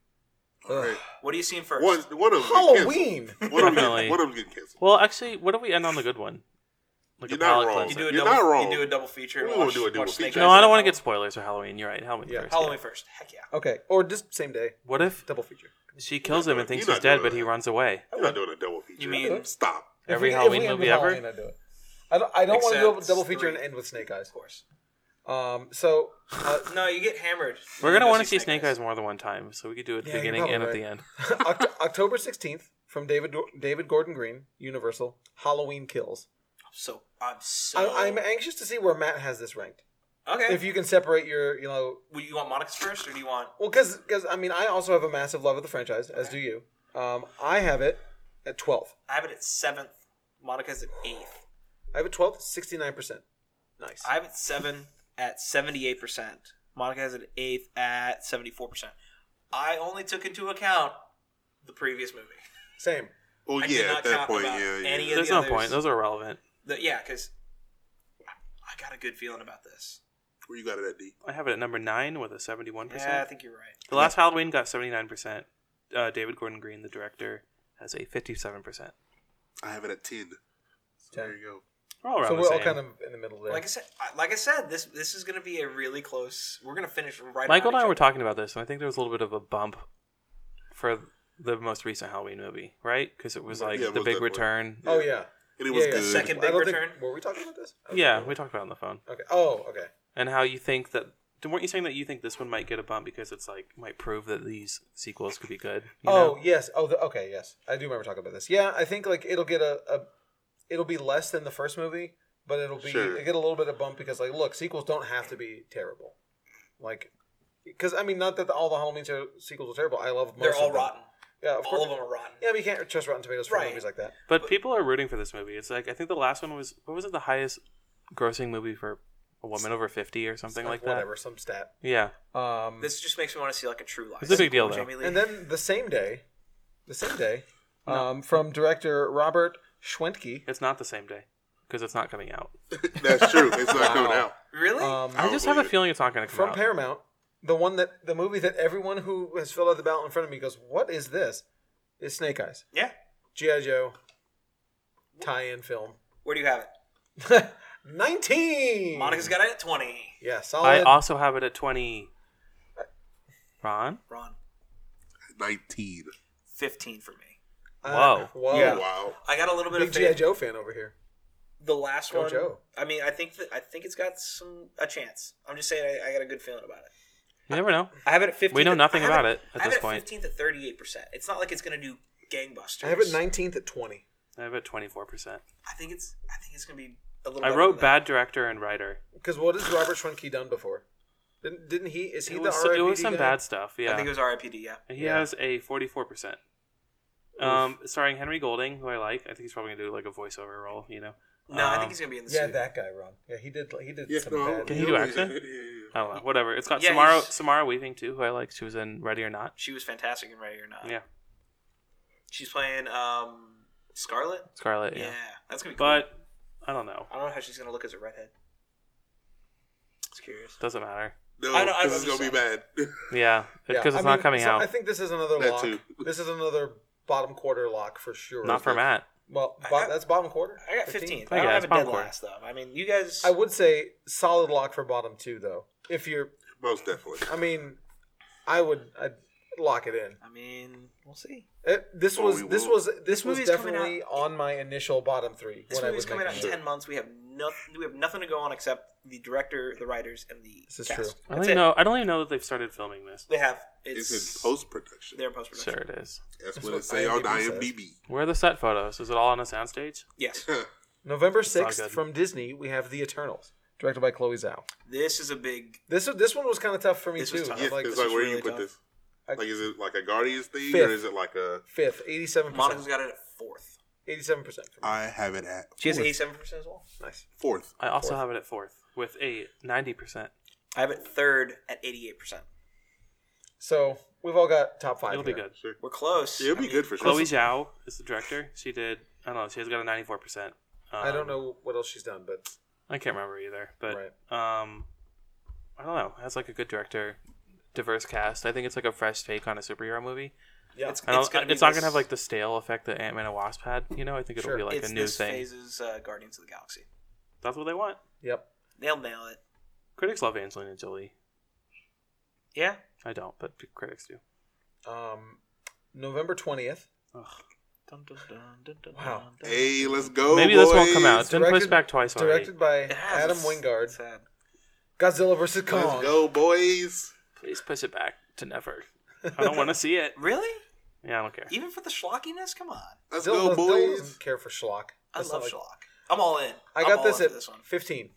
All right.
what are you seeing first?
One, one of them
Halloween.
One of them,
Definitely.
getting- one of them getting canceled.
well, actually, what do we end on the good one? Like
You're
a
not
palate
wrong.
cleanser.
you do a
You're
double.
not wrong.
You do a double feature.
We
and
won't
watch-
do a double
watch Snake
feature.
no,
Eyes
I don't
Ed.
want to get spoilers for Halloween. You're right. Halloween
Yeah.
first.
Halloween first. Heck yeah.
Okay, or just same day,
What if
double feature.
she kills him and thinks
You're not
he's dead,
doing
but he
that.
runs away?
You're not doing a double feature.
You mean-
stop?
If
Every
we- if
Halloween
we end
movie
with
ever?
Halloween, I do it. I don't. I don't want to do a
Except
double feature and
three.
end with Snake Eyes.
Of course.
Um. So uh,
No, you get hammered.
We're gonna
You
want to
see
see Snake Eyes more than one time, so we could do it at the
Yeah, you're
beginning and at
probably
the end.
Oct- October sixteenth from David David Gordon Green, Universal. Halloween kills.
So I'm so.
I, I'm anxious to see where Matt has this ranked.
okay.
If you can separate your, you know,
Would you want Monica's first, or do you want?
Well, because I mean, I also have a massive love of the franchise, as do you. Um, I have it at twelve.
I have it at seventh. Monica's at eighth.
I have it 12, 69 percent. Nice.
I have it seven at seventy-eight percent. Monica has it at eighth at seventy-four percent. I only took into account the previous movie.
Same.
Well,
I did
Oh, yeah,
not
at that
count
point,
about
yeah, yeah.
any of
There's
the
no
others.
point. Those are irrelevant.
The, yeah, because I got a good feeling about this.
Where you got it at D?
I have it at number nine with a seventy-one
Yeah, I
percent.
think you're right.
The last Halloween got seventy-nine percent. Uh, David Gordon Green, the director, has a fifty-seven percent.
I have it at 10. So
Ten.
there you
We're all around
So
the
we're all
same.
kind of in the middle there.
Like I said, I- like I said, this this is going to be a really close. We're going to finish right.
Michael and
around
I
each
were
other.
talking about this, and I think there was a little bit of a bump for the most recent Halloween movie, right? Because it was like
Yeah,
the
most
big
definitely.
return.
oh yeah.
go. And it was
yeah, yeah.
good.
Second
I
big
don't think-
return.
were we talking about this? I don't
Yeah,
think
we talked about it on the phone.
Okay. Oh, okay.
and how you think that. Weren't you saying that you think this one might get a bump because it's like might prove that these sequels could be good? you
oh
know?
yes. Oh the, okay. Yes, I do remember talking about this. Yeah, I think like it'll get a, a it'll be less than the first movie, but it'll be
Sure.
it'll get a little bit of bump because like look, sequels don't have to be terrible. Like, because I mean, not that the, all the Halloween ter- sequels are terrible. I love most
They're
of
all
them.
rotten.
Yeah, of
All
course.
of them are rotten.
Yeah, we can't trust Rotten Tomatoes for
Right.
movies like that.
but, people are rooting for this movie. It's like I think the last one was what was it the highest grossing movie for a woman over fifty or something like, that?
whatever, some stat.
Yeah,
Um,
This just makes me want to see like a True Lies.
It's a big deal,
with
though.
Jamie Lee.
and then the same day, the same day, um, from director Robert Schwentke.
it's not the same day because it's not coming out.
That's true. It's not coming out.
really,
Um,
I
don't
just have a
believe it.
feeling it's not going to come
from
out.
Paramount, the one that the movie that everyone who has filled out the ballot in front of me goes, "What is this?" Is Snake Eyes
yeah.
GI Joe tie-in film
Where do you have it?
nineteen?
Monica's got it at twenty.
yeah,
I
solid.
also have it at twenty. Ron,
Ron,
19.
fifteen for me.
Uh,
Whoa.
whoa,
Oh, wow.
I got a little bit
big
of
GI
faith.
Joe fan over here.
The last
Go
one.
Joe.
I mean, I think that I think it's got some a chance. I'm just saying, I, I got a good feeling about it.
you never know.
I have it at fifteen.
We know
to-
nothing
I have
about it at
I have
this
it
point.
Fifteen to thirty-eight percent. It's not like it's going to do gangbusters.
I have it nineteenth at twenty.
I have it twenty four percent.
I think it's. I think it's going to be a little.
I
better
wrote
than that.
bad director and writer.
Because what has Robert Schwentke done before? Didn't, didn't he? Is he
It
the
was, it was
RIPD
some
guy?
bad stuff. Yeah,
I think it was R.I.P.D. Yeah.
he
Yeah.
has a forty four percent. Um, starring Henry Golding, who I like. I think he's probably gonna do like a voiceover role. You know.
No, I
Um,
think he's going to be in the
Yeah,
suit.
that guy, Ron. Yeah, he did. He did
Yeah,
some
no.
bad.
Can he do action?
Yeah, yeah,
I don't know. Whatever. It's got
Yeah,
Samara
he's-
Samara Weaving too, who I like. She was in Ready or Not.
She was fantastic in Ready or Not.
Yeah,
She's playing um Scarlet.
Scarlet.
Yeah.
Yeah.
that's gonna be cool.
But I don't know.
I don't know how she's gonna look as a redhead. It's curious.
Doesn't matter.
yeah.
I
No,
know- I
this is
know-
going to be bad.
Yeah,
Yeah,
because
I mean,
it's not coming
so
out.
I think this is another
That
lock.
too.
This is another bottom quarter lock for sure.
not for Matt.
Well,
I
bo-
got-
that's bottom quarter.
I got 15.
I
I don't
guess,
have a dead
popcorn.
last though. I mean, you guys.
I would say solid lock for bottom two though. If you're,
Most definitely.
I mean, I would I'd lock it in.
I mean, we'll see.
It,
Oh,
this
Well,
was
we will.
this was this was
movie's coming
definitely on my initial bottom three
This
when I was
movie's coming out in
making it.
ten months. We have nothing. We have nothing to go on except the director, the writers, and the
This is
cast.
true.
I
That's
don't
it.
even know. I don't even know that they've started filming this.
They have. It's,
It's in post production.
They're in post production.
Sure, it is.
That's
That's
what
what
it say on
IMDb says.
IMDb.
Where are the set photos? Is it all on a soundstage?
Yes,
November
not
sixth
good.
from Disney, we have The Eternals, directed by Chloe Zhao.
this is a big.
This this one was kind of tough for me
This
too.
was tough.
Yeah,
I'm like
it's
this
like
is
where do
really
you put
tough.
this?
I-
Like, is it like a Guardians thing,
Fifth.
or is it like a?
fifth, eighty-seven
Monica's
percent,
got it at fourth.
eighty-seven percent.
I have it at
She has eighty-seven percent as well.
Nice.
fourth.
I also have it at fourth with a ninety percent.
I have it third at eighty-eight percent.
So we've all got top 5
It'll be
here.
good.
We're close.
It'll
I
be
mean,
good for sure.
Chloe Zhao is the director. She did. I don't know. She has got a ninety-four percent.
I
Um,
don't know what else she's done, but
I can't remember either. But um, I don't know. It has like a good director, diverse cast. I think it's like a fresh take on a superhero movie.
yeah,
It's,
I don't-
it's, gonna be
it's not
this-
gonna have like the stale effect that Ant Man and Wasp had. You know, I think it'll
Sure.
be like
it's
a new
this
thing.
phase's uh, Guardians of the Galaxy.
That's what they want.
yep.
They'll nail it.
Critics love Angelina Jolie.
Yeah.
I don't, but critics do.
Um, November twentieth,
Ugh. Dun, dun, dun, dun, dun,
Wow.
dun, dun.
Hey, let's go.
Maybe this won't come
boys.
out. It's been pushed
Directed-
back twice already.
directed by
It has.
Adam
It's- it's
Wingard,
Sad.
Godzilla vs
Let's
Kong.
go, boys.
Please push it back to never. I don't want to see it.
Really?
Yeah, I don't care.
Even for the schlockiness? Come on.
Let's
Dylan
go,
doesn't- Dylan doesn't
boys.
care for schlock.
I
That's
love
not like-
schlock. I'm all in.
I
I'm
got
all
this
in
at
for this one.
fifteen.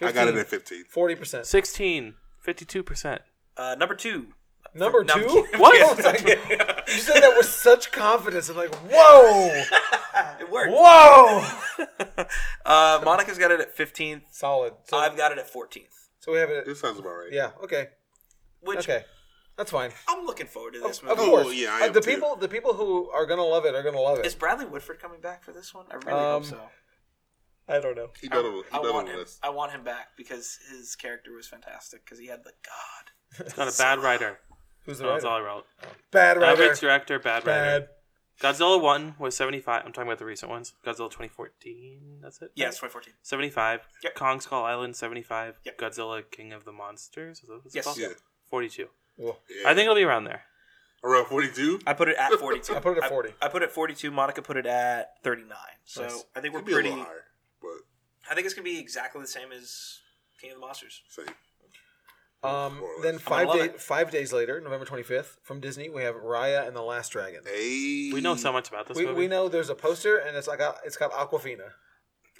I got it at fifteen.
forty percent.
Sixteen. 52%.
Uh, number two.
Number
No, I'm
two.
kidding.
What? you said that with such confidence. I'm like, whoa,
It worked.
whoa,
Uh, Monica's got it at 15th.
solid. So,
I've got it at 14th.
so we have it. At,
This sounds about right.
yeah. Okay.
Which
Okay. That's fine.
I'm looking forward to this
Of
movie.
course.
yeah, I
Uh,
am
the
too.
people, the people who are gonna love it are gonna love
Is
it.
Bradley Woodford coming back for this one? I really
Um,
hope so.
I don't know.
He
I,
done it. He
I
done
want
it
him,
with us.
I want him back because his character was fantastic because he had the god.
It's not a bad writer.
Who's the
No, that's all
writer?
I wrote.
Bad writer.
Average director, bad writer.
Bad.
Godzilla 1 was 75. I'm talking about the recent ones. Godzilla 2014. That's it?
Yes, 2014.
75.
Yep.
Kong Skull Island 75.
Yep.
Godzilla King of the Monsters. Is that what it's
Yes.
called?
Yeah.
42.
Well,
yeah.
I think it'll be around there.
around forty-two.
I put it at 42.
I put it at 40.
I, put it at 42. Monica put it at 39. So
Nice.
I think we're
Could be a
pretty.
little higher, but
I think it's gonna be exactly the same as King of the Monsters.
Same.
Um,
Well,
then
gonna
five
love
day,
it.
five days later, November twenty fifth, from Disney, we have Raya and the Last Dragon.
Hey.
We know so much about this
We,
movie.
we know there's a poster and it's like a, it's got Aquafina.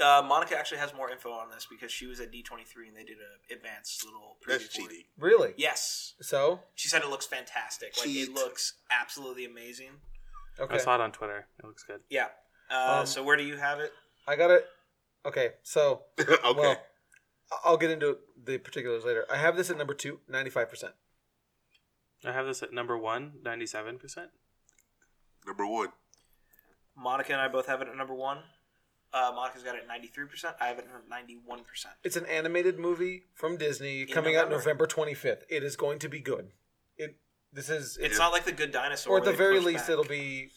Uh, Monica actually has more info on this because she was at D23 and they did an advanced little preview
That's
for it.
cheating.
Really?
Yes.
So
She said it looks fantastic. Like,
Cheat.
it looks absolutely amazing.
okay,
I saw it on Twitter. It looks good.
Yeah. Uh,
Um,
so where do you have it?
I got it. Okay, so
okay.
well, I- I'll get into the particulars later. I have this at number two, 95 percent.
I have this at number one, 97 percent.
Number one.
Monica and I both have it at number one. Uh, Monica's got it at 93%. I have it at 91%.
It's an animated movie from Disney
In
coming out November
November.
twenty fifth. It is going to be good. It this is
It's not like the good dinosaur.
or at the
where they
very
push
least
back.
it'll be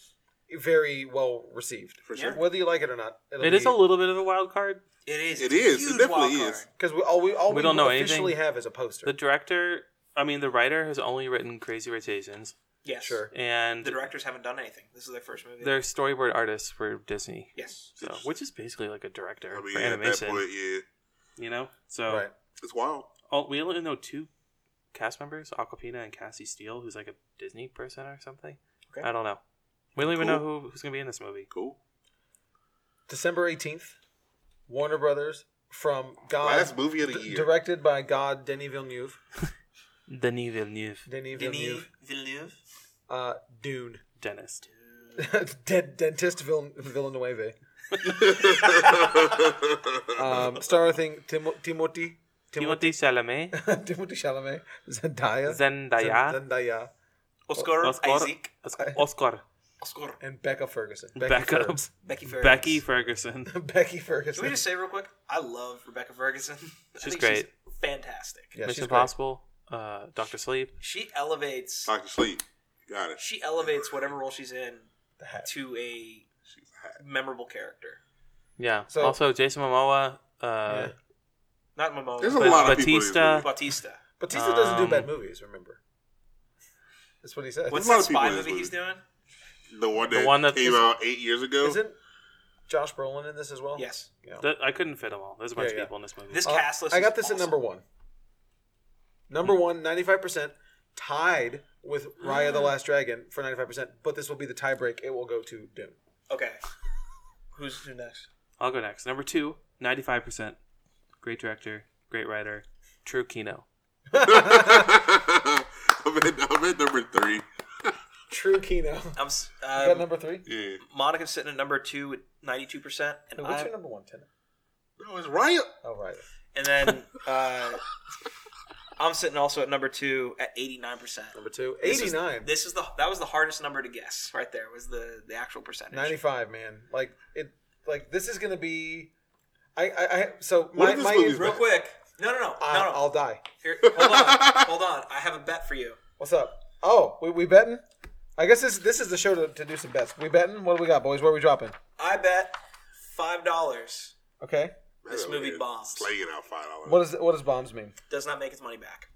very well received.
For
Yeah.
sure.
Whether you like it or not, it'll
It
be,
is a little bit of a wild card.
It is.
It
It's a
is. It
huge
definitely
wild
is.
card.
because all we all we,
We don't know
officially
anything.
have is a poster.
The director, I mean, the writer has only written Crazy Rich Asians,
Yes.
Sure.
and
The directors haven't done anything. This is their first movie.
their storyboard artists were Disney,
yes.
so which is basically like a director
I mean,
for
at that
animation,
point, yeah.
you know. So
right.
It's wild.
all, we only know two cast members, Aquafina and Cassie Steele, who's like a Disney person or something.
Okay.
I don't know. We don't even
Cool.
know who, who's going to be in this movie.
Cool.
December 18th, Warner Brothers from
Uh,
God.
Last movie of the
d-
year.
Directed by God Denis Villeneuve.
Denis Villeneuve,
Denis
Denis
Villeneuve.
Villeneuve.
Uh, Dune.
dentist.
Dent Dentist Vill- Villeneuve. Um, star thing, Tim- Timothy. Timothy.
Timothée Chalamet,
Timothy Chalamet. Zendaya.
Zendaya,
Zen- Zendaya.
Oscar,
Oscar.
Isaac.
Oscar, Oscar,
Oscar.
And Becca Ferguson.
Becca,
Ferguson.
Becky Ferris.
Becky Ferguson.
Becky Ferguson.
Can we just say real quick? I love Rebecca Ferguson. I
She's
think
great.
fantastic.
Yeah, she's
Mission
great.
Impossible, uh, Doctor Sleep.
She elevates.
Doctor Sleep. Got it.
She elevates whatever role she's in
The hat.
to a
She's hot.
memorable character.
Yeah.
So-
also, Jason Momoa, uh,
Yeah.
Not Momoa.
There's a
Bat-
lot of
Batista.
people.
Batista.
Batista doesn't do
Um,
bad movies, remember? That's what he said.
What's
a lot
that
of people
spy
in this
movie he's doing?
Uh,
in this movie. The one that,
The one that
came
is-
out eight years ago.
Isn't Josh Brolin in this as well?
Yes.
Yeah.
th- I couldn't fit them all. There's a bunch
Yeah,
of
yeah.
people in this movie.
This
Uh,
cast list.
I
is
got this
awesome.
at number one. Number one, 95%, tied with Raya the Last Dragon for 95%, but this will be the tiebreak. It will go to Dune.
Okay. Who's who next?
I'll go next. Number two, 95%. Great director, great writer, True Kino.
I'm, at, I'm at number three.
True Kino.
I'm. s-
You got
Um,
number three?
Yeah.
Monica's sitting at number two with ninety-two percent, and
No, what's
I,
your number one, Tenant?
No, it's Riot.
Oh, right.
and then uh, I'm sitting also at number two at eighty-nine percent.
Number two,
This is-
89.
This is the that was the hardest number to guess right there was the the actual percentage.
95, man. Like, it, like this is going to be. I, I, I, so
What
my,
if this
my
movie's
intro-
Real quick. No, no, no,
Uh,
I,
no, no.
I'll die.
Here, hold on, hold on. I have a bet for you.
What's up? Oh, we, we betting? I guess this this is the show to, to do some bets. We betting? What do we got, boys? Where are we dropping?
I bet five dollars
Okay.
This movie bombs.
Slaying out five dollars.
What is what does bombs mean?
does not make its money back.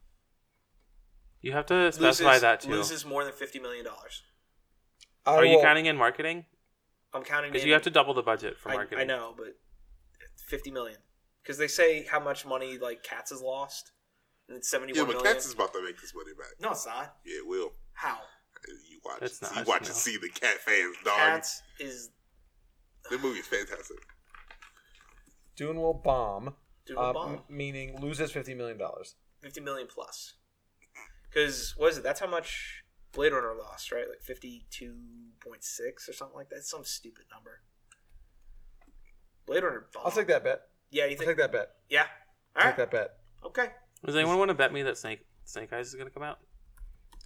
You have to specify that too.
Loses more than fifty million dollars.
I
Are you
will-
counting in marketing?
I'm counting.
Because
in-
you have to double the budget for
I,
marketing.
I know, but fifty million because they say how much money like Cats has lost, and it's seventy
Yeah,
one
but
million.
Cats is about to make this money back.
No, it's not.
Yeah, it will.
How
You watch.
It's
you
not,
watch
no.
and see the cat fans, dog.
Cats is
The movie's fantastic.
Dune will bomb,
doing
uh,
a bomb.
m- meaning loses fifty million dollars.
fifty million plus. Because what is it? That's how much Blade Runner lost, right? Like fifty two point six or something like that. Some stupid number. Blade Runner. Bomb.
I'll take that bet.
Yeah, you
I'll
think?
take that bet.
Yeah. All
I'll
right.
Take that bet.
Okay.
Does anyone want to bet me that Snake Snake Eyes is going to come out?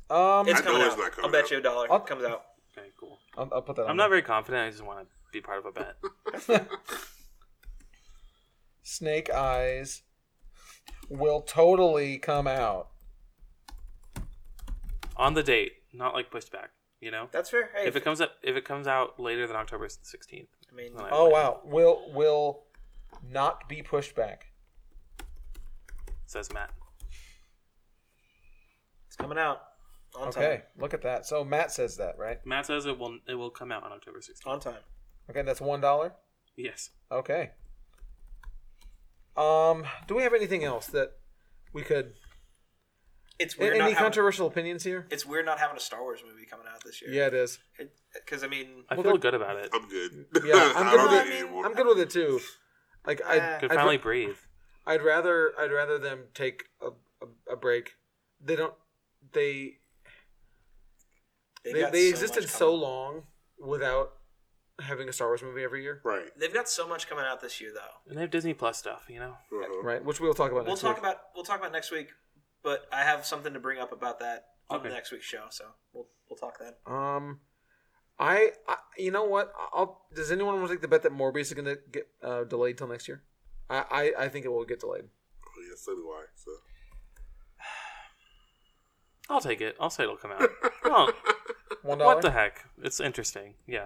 Um,
It's
know
coming
it's
out.
not
I'll
coming
bet
out.
you a dollar.
I'll-
It comes out.
Okay, cool.
I'll, I'll put that.
I'm
on
not
there.
very confident. I just want to be part of a bet.
Snake Eyes will totally come out.
On the date, not like pushed back. You know,
That's fair. Hey,
if it comes up, if it comes out later than October 16th,
I mean,
then I
Oh
win.
wow, will will not be pushed back.
says Matt.
it's coming out on
Okay, look at that. So Matt says that, right?
Matt says it will it will come out on October 16th.
time. On time.
Okay, that's one dollar.
Yes.
Okay. Um, do we have anything else that we could?
It's
a-
weird.
any
not having,
controversial opinions here?
It's weird not having a Star Wars movie coming out this year.
Yeah, it is.
Because I mean,
I
Well,
feel
they're-
good about it.
I'm good.
Yeah, I'm
I
good
don't
with
need
it.
anymore.
I'm good with it too. Like I,
Yeah.
I'd,
Could finally breathe.
I'd rather I'd rather them take a, a, a break. They don't. They they, they,
got so
existed
much
so
coming-
long without having a Star Wars movie every year,
Right.
They've got so much coming out this year, though.
And they have Disney Plus stuff, you know?
Uh-huh.
right? Which we'll talk about.
We'll
next
talk
week.
about we'll talk about next week. But I have something to bring up about that on
Okay.
the next week's show, so we'll we'll talk then.
Um, I, I you know what? I'll. Does anyone want to take the bet that Morbius is going to get uh, delayed till next year? I, I I think it will get delayed.
Oh, yeah, so do I. So.
I'll take it. I'll say it'll come out. well,
One
what the
dollar.
heck? It's interesting. Yeah.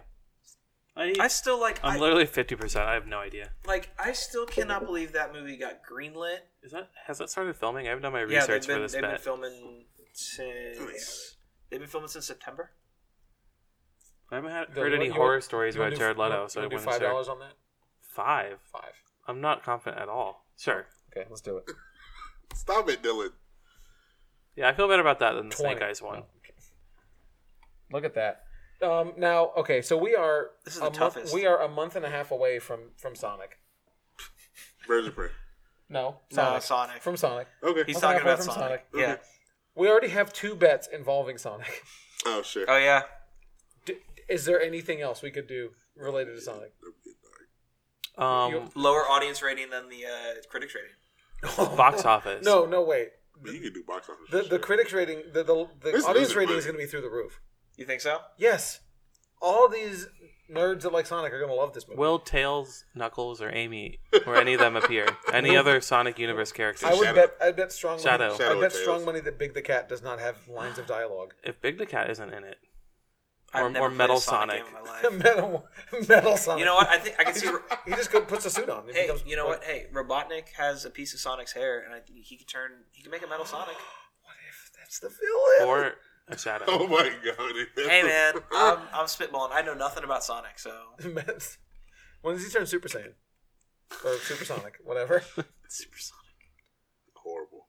I,
I still like
I'm
I,
literally 50%. I have no idea.
like I still cannot believe that movie got greenlit.
Is that Has that started filming? I haven't done my
yeah, they've
research
been
for this
they've been
bet.
filming since they've been filming since September.
I haven't had,
The-
heard any
you
horror
want-
stories
you wanna
about
do-
Jared Leto,
you wanna
so I
do
wouldn't
five
share.
dollars on that.
Five?
Five.
I'm not confident at all. Sure.
Okay, let's do it.
Stop it, Dylan.
Yeah, I feel better about that than the
20.
Snake Eyes one.
Oh, Look at that. Um, now, okay, so we are
This is
a month-
the toughest.
we are a month and a half away from from Sonic.
Birds of prey.
No,
No,
Sonic.
Sonic.
From Sonic.
Okay.
He's
Month
talking
and a half away
about
from
Sonic.
Sonic.
Yeah.
We already have two bets involving Sonic.
oh shit.
Uh,
Oh yeah.
D- is there anything else we could do related to Sonic? Oh.
Um,
Lower audience rating than the uh, critics rating.
box office.
No, no, wait.
But you can do box office.
The the
shit.
critics rating the the, the
This
audience
isn't
rating is
right.
going to be through the roof.
You think so?
Yes, all these nerds that like Sonic are going to love this movie.
Will Tails, Knuckles, or Amy, or any of them appear? Any other Sonic Universe characters?
I would
Shadow.
bet. I bet strong.
Shadow.
Money,
Shadow
I bet
and Tails.
strong money that Big the Cat does not have lines of dialogue.
If Big the Cat isn't in it,
I've
Or-
never
or
played a
Metal
game
Sonic.
in my life.
metal, metal Sonic.
You know what? I think I can see.
He just go, puts a suit on. and
Hey,
becomes-
you know
like,
what? Hey, Robotnik has a piece of Sonic's hair, and I think he could turn. He could make a Metal Sonic.
What if that's the villain?
or a Shadow.
Oh my god.
hey, man, I'm, I'm spitballing. I know nothing about Sonic, so
Mets. when does he turn Super Saiyan? Or Supersonic, whatever.
Super Sonic.
Horrible.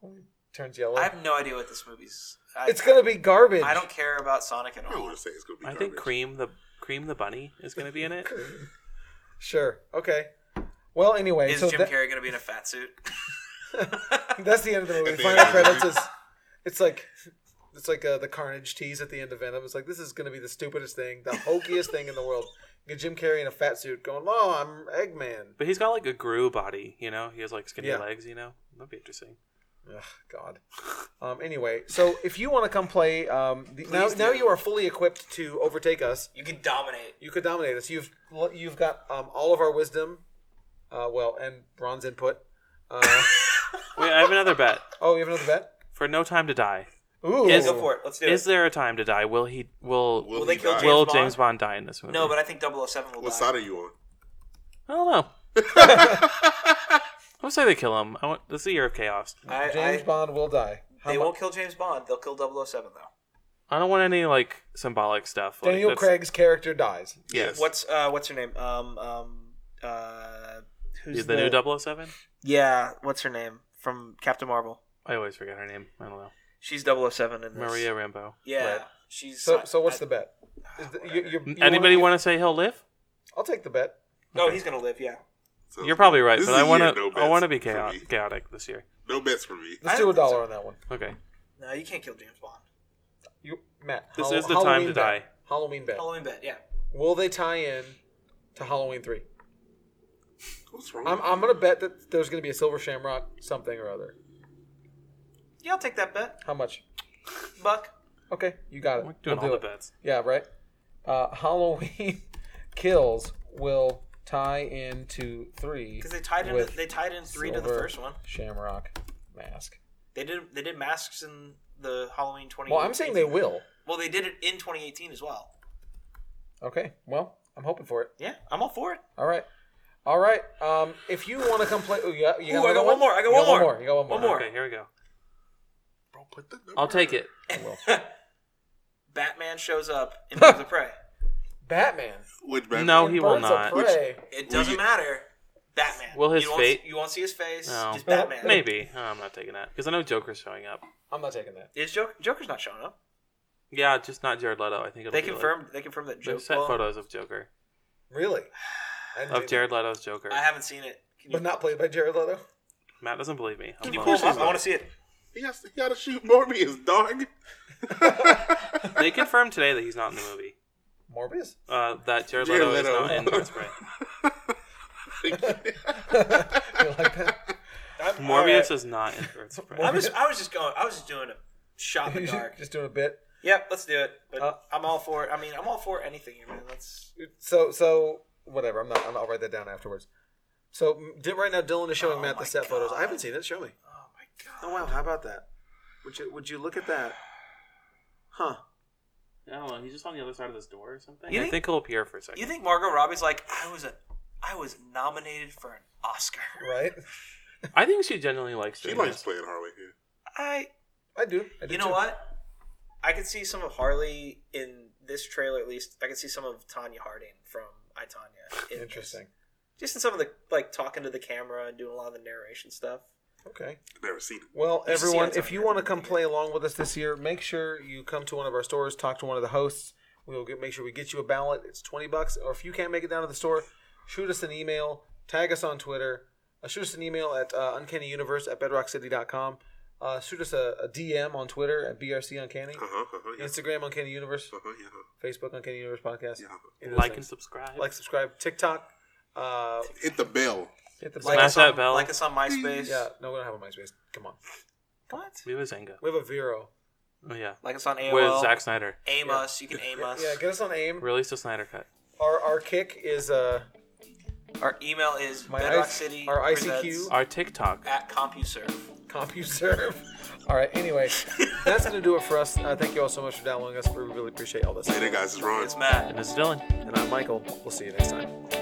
Turns yellow.
I have no idea what this movie's. I,
it's gonna be garbage.
I don't care about Sonic at
I don't
all.
want to say it's gonna be.
I
Garbage.
think Cream the Cream the Bunny is going to be in it.
Sure. Okay. Well, anyway,
Is
so
Jim
that-
Carrey gonna be in a fat suit?
that's the end of the movie.
At the
Final
end of the
credits is. It's like. It's like uh, the Carnage tease at the end of Venom. It's like this is going to be the stupidest thing, the hokiest thing in the world. Get Jim Carrey in a fat suit, going, "Oh, I'm Eggman."
But he's got like a Gru body, you know. He has like skinny
Yeah.
legs, you know. That'd be interesting.
Ugh, God. Um, anyway, so if you want to come play, um, the, now
Please do.
now you are fully equipped to overtake us.
You can dominate.
You could dominate us. You've you've got um, all of our wisdom, uh, well, and Ron's input. Uh,
Wait, I have another bet
oh, you have another bet.
for No Time to Die.
Ooh,
Is-
Go for it. Let's do
Is
it.
there a time to die? Will he? Will
Will
Will,
Will they
he
kill
die?
James Bond?
James Bond die in this movie?
No, but I think 007 will
What
die.
side are you on?
I don't know. I would say they kill him. I want this is the year of chaos.
I,
James
I-
Bond will die. How
They
mu-
won't kill James Bond. They'll kill 007 though.
I don't want any like symbolic stuff. Like,
Daniel
that's-
Craig's character dies.
Yes.
What's uh what's her name? Um um uh who's
Is the, new 007?
Yeah, what's her name from Captain Marvel?
I always forget her name. I don't know.
She's 007 in this.
Maria Rambo.
Yeah.
But-
She's
So Ah, so what's
I-
the bet? Is the, you, you, you
Anybody
wanna-
want to say he'll live?
I'll take the bet.
No, he's going to live, yeah.
Sounds
You're probably
good.
right,
This
but
is
I
a
want
year
to.
of no
I want to
bets
be
for
chaos,
me.
chaotic this year.
No bets for me.
Let's
I
do a
don't think
dollar on that one.
Okay.
No, you can't kill James Bond.
You, Matt.
This
Hall-
is the time to
Halloween bet.
die.
Halloween bet.
Halloween bet, yeah.
Will they tie in to Halloween three?
What's wrong?
I'm,
with
I'm gonna bet that there's gonna be a silver shamrock something or other.
Yeah, I'll take that bet.
How much?
Buck.
Okay, you got it.
We're doing
We'll
all
do
the
it.
bets.
Yeah, right. Uh, Halloween kills will tie into three
Cuz they tied in
with
they tied in 3 to the
Silver
first one.
Shamrock Mask.
They did they did masks in the Halloween 20
Well, I'm saying they will.
Well, they did it in 2018 as well.
Okay. Well, I'm hoping for it.
Yeah, I'm all for it.
All right. All right. Um, if you want to come play, Ooh, you got, you
Ooh,
got
I
another
got one more, I got
You
one more.
You got one more.
One more.
Okay, here we go.
you? Bro, put the number.
I'll take it.
I will.
Batman shows up in Birds of Prey.
Batman.
Which Batman?
No, he will
Birds of
not.
Prey.
It
Will
doesn't
you-
matter. Batman.
Will his
you won't, see-
fate-
You won't see his face.
No.
Just Batman.
Maybe. Oh, I'm not taking that because I know Joker's showing up.
I'm not taking that.
Is Joker, Joker's not showing up?
Yeah, just not Jared Leto. I think it'll
They
be like-
confirmed. They confirmed that Joker.
They've set
well,
photos of Joker
Really? I didn't
of
see
Jared Leto's Joker.
I haven't seen it.
that.
Can
But not played by Jared Leto?
Matt doesn't believe me.
Can
I'm
you
wrong.
pull him up? I want to see it.
He got he got to shoot Morbius, dog.
they confirmed today that he's not in the movie.
Morbius?
Uh, that Jared,
Jared
Leto,
Leto.
is not in Hairspray.
You like that?
I'm,
Morbius is not in Hairspray.
I was. I was just going. I was just doing a shot in the dark.
Just doing a bit.
Yep, let's do it. But
Uh,
I'm all for it. I mean, I'm all for anything here, man. Let's.
So so whatever. I'm not. I'm, I'll write that down afterwards. So m- di- right now, Dylan is showing
Oh
Matt
my
the set photos. I
God.
haven't seen it. Show me.
Oh my
Oh
god.
wow, how about that? Would you Would you look at that? Huh?
I don't know. Oh, He's just on the other side of this door or something.
You
I
think-
think he'll appear for a second.
You think Margot Robbie's like I was a, I was nominated for an Oscar.
Right?
I think she genuinely likes.
She
doing
likes
this.
playing Harley. Yeah.
I.
I do. I do
You know
too.
what? I could see some of Harley in this trailer at least. I could see some of Tanya Harding from I Tanya. in this.
Interesting.
Just in some of the like talking to the camera and doing a lot of the narration stuff.
Okay.
Never seen it.
Well,
You should see
everyone,
it
if
sometime.
you want to come play along with us this year, make sure you come to one of our stores, talk to one of the hosts. We will get, make sure we get you a ballot. It's twenty bucks, or if you can't make it down to the store, shoot us an email, tag us on Twitter, uh, shoot us an email at uh, uncannyuniverse at bedrockcity.com. Uh, shoot us a, a DM on Twitter at brc uncanny,
Uh huh. Uh huh. Yeah.
Instagram uncanny universe,
Uh huh. Yeah.
Facebook uncanny universe podcast.
Yeah.
Any of those
Like and
things.
subscribe.
like, subscribe, TikTok, uh,
Hit the bell.
hit the
Smash
button.
us on,
that bell.
Like us on MySpace.
Yeah, no, we don't have a MySpace. Come on,
What?
we have a Zanga.
we have a Vero.
Oh yeah,
Like us on AOL.
with Zack Snyder.
Aim us. You can aim us.
Yeah, get us on AIM.
Release the Snyder cut.
Our our kick is uh.
Our email is
My
bedrockcity
I- our ICQ.
presents
Our TikTok.
at CompuServe.
CompuServe. All right. Anyway, that's gonna do it for us. Uh, thank you all so much for downloading us. We really appreciate all this.
Later, guys. It's Ron.
It's Matt.
And this is Dylan.
And I'm Michael. We'll see you next time.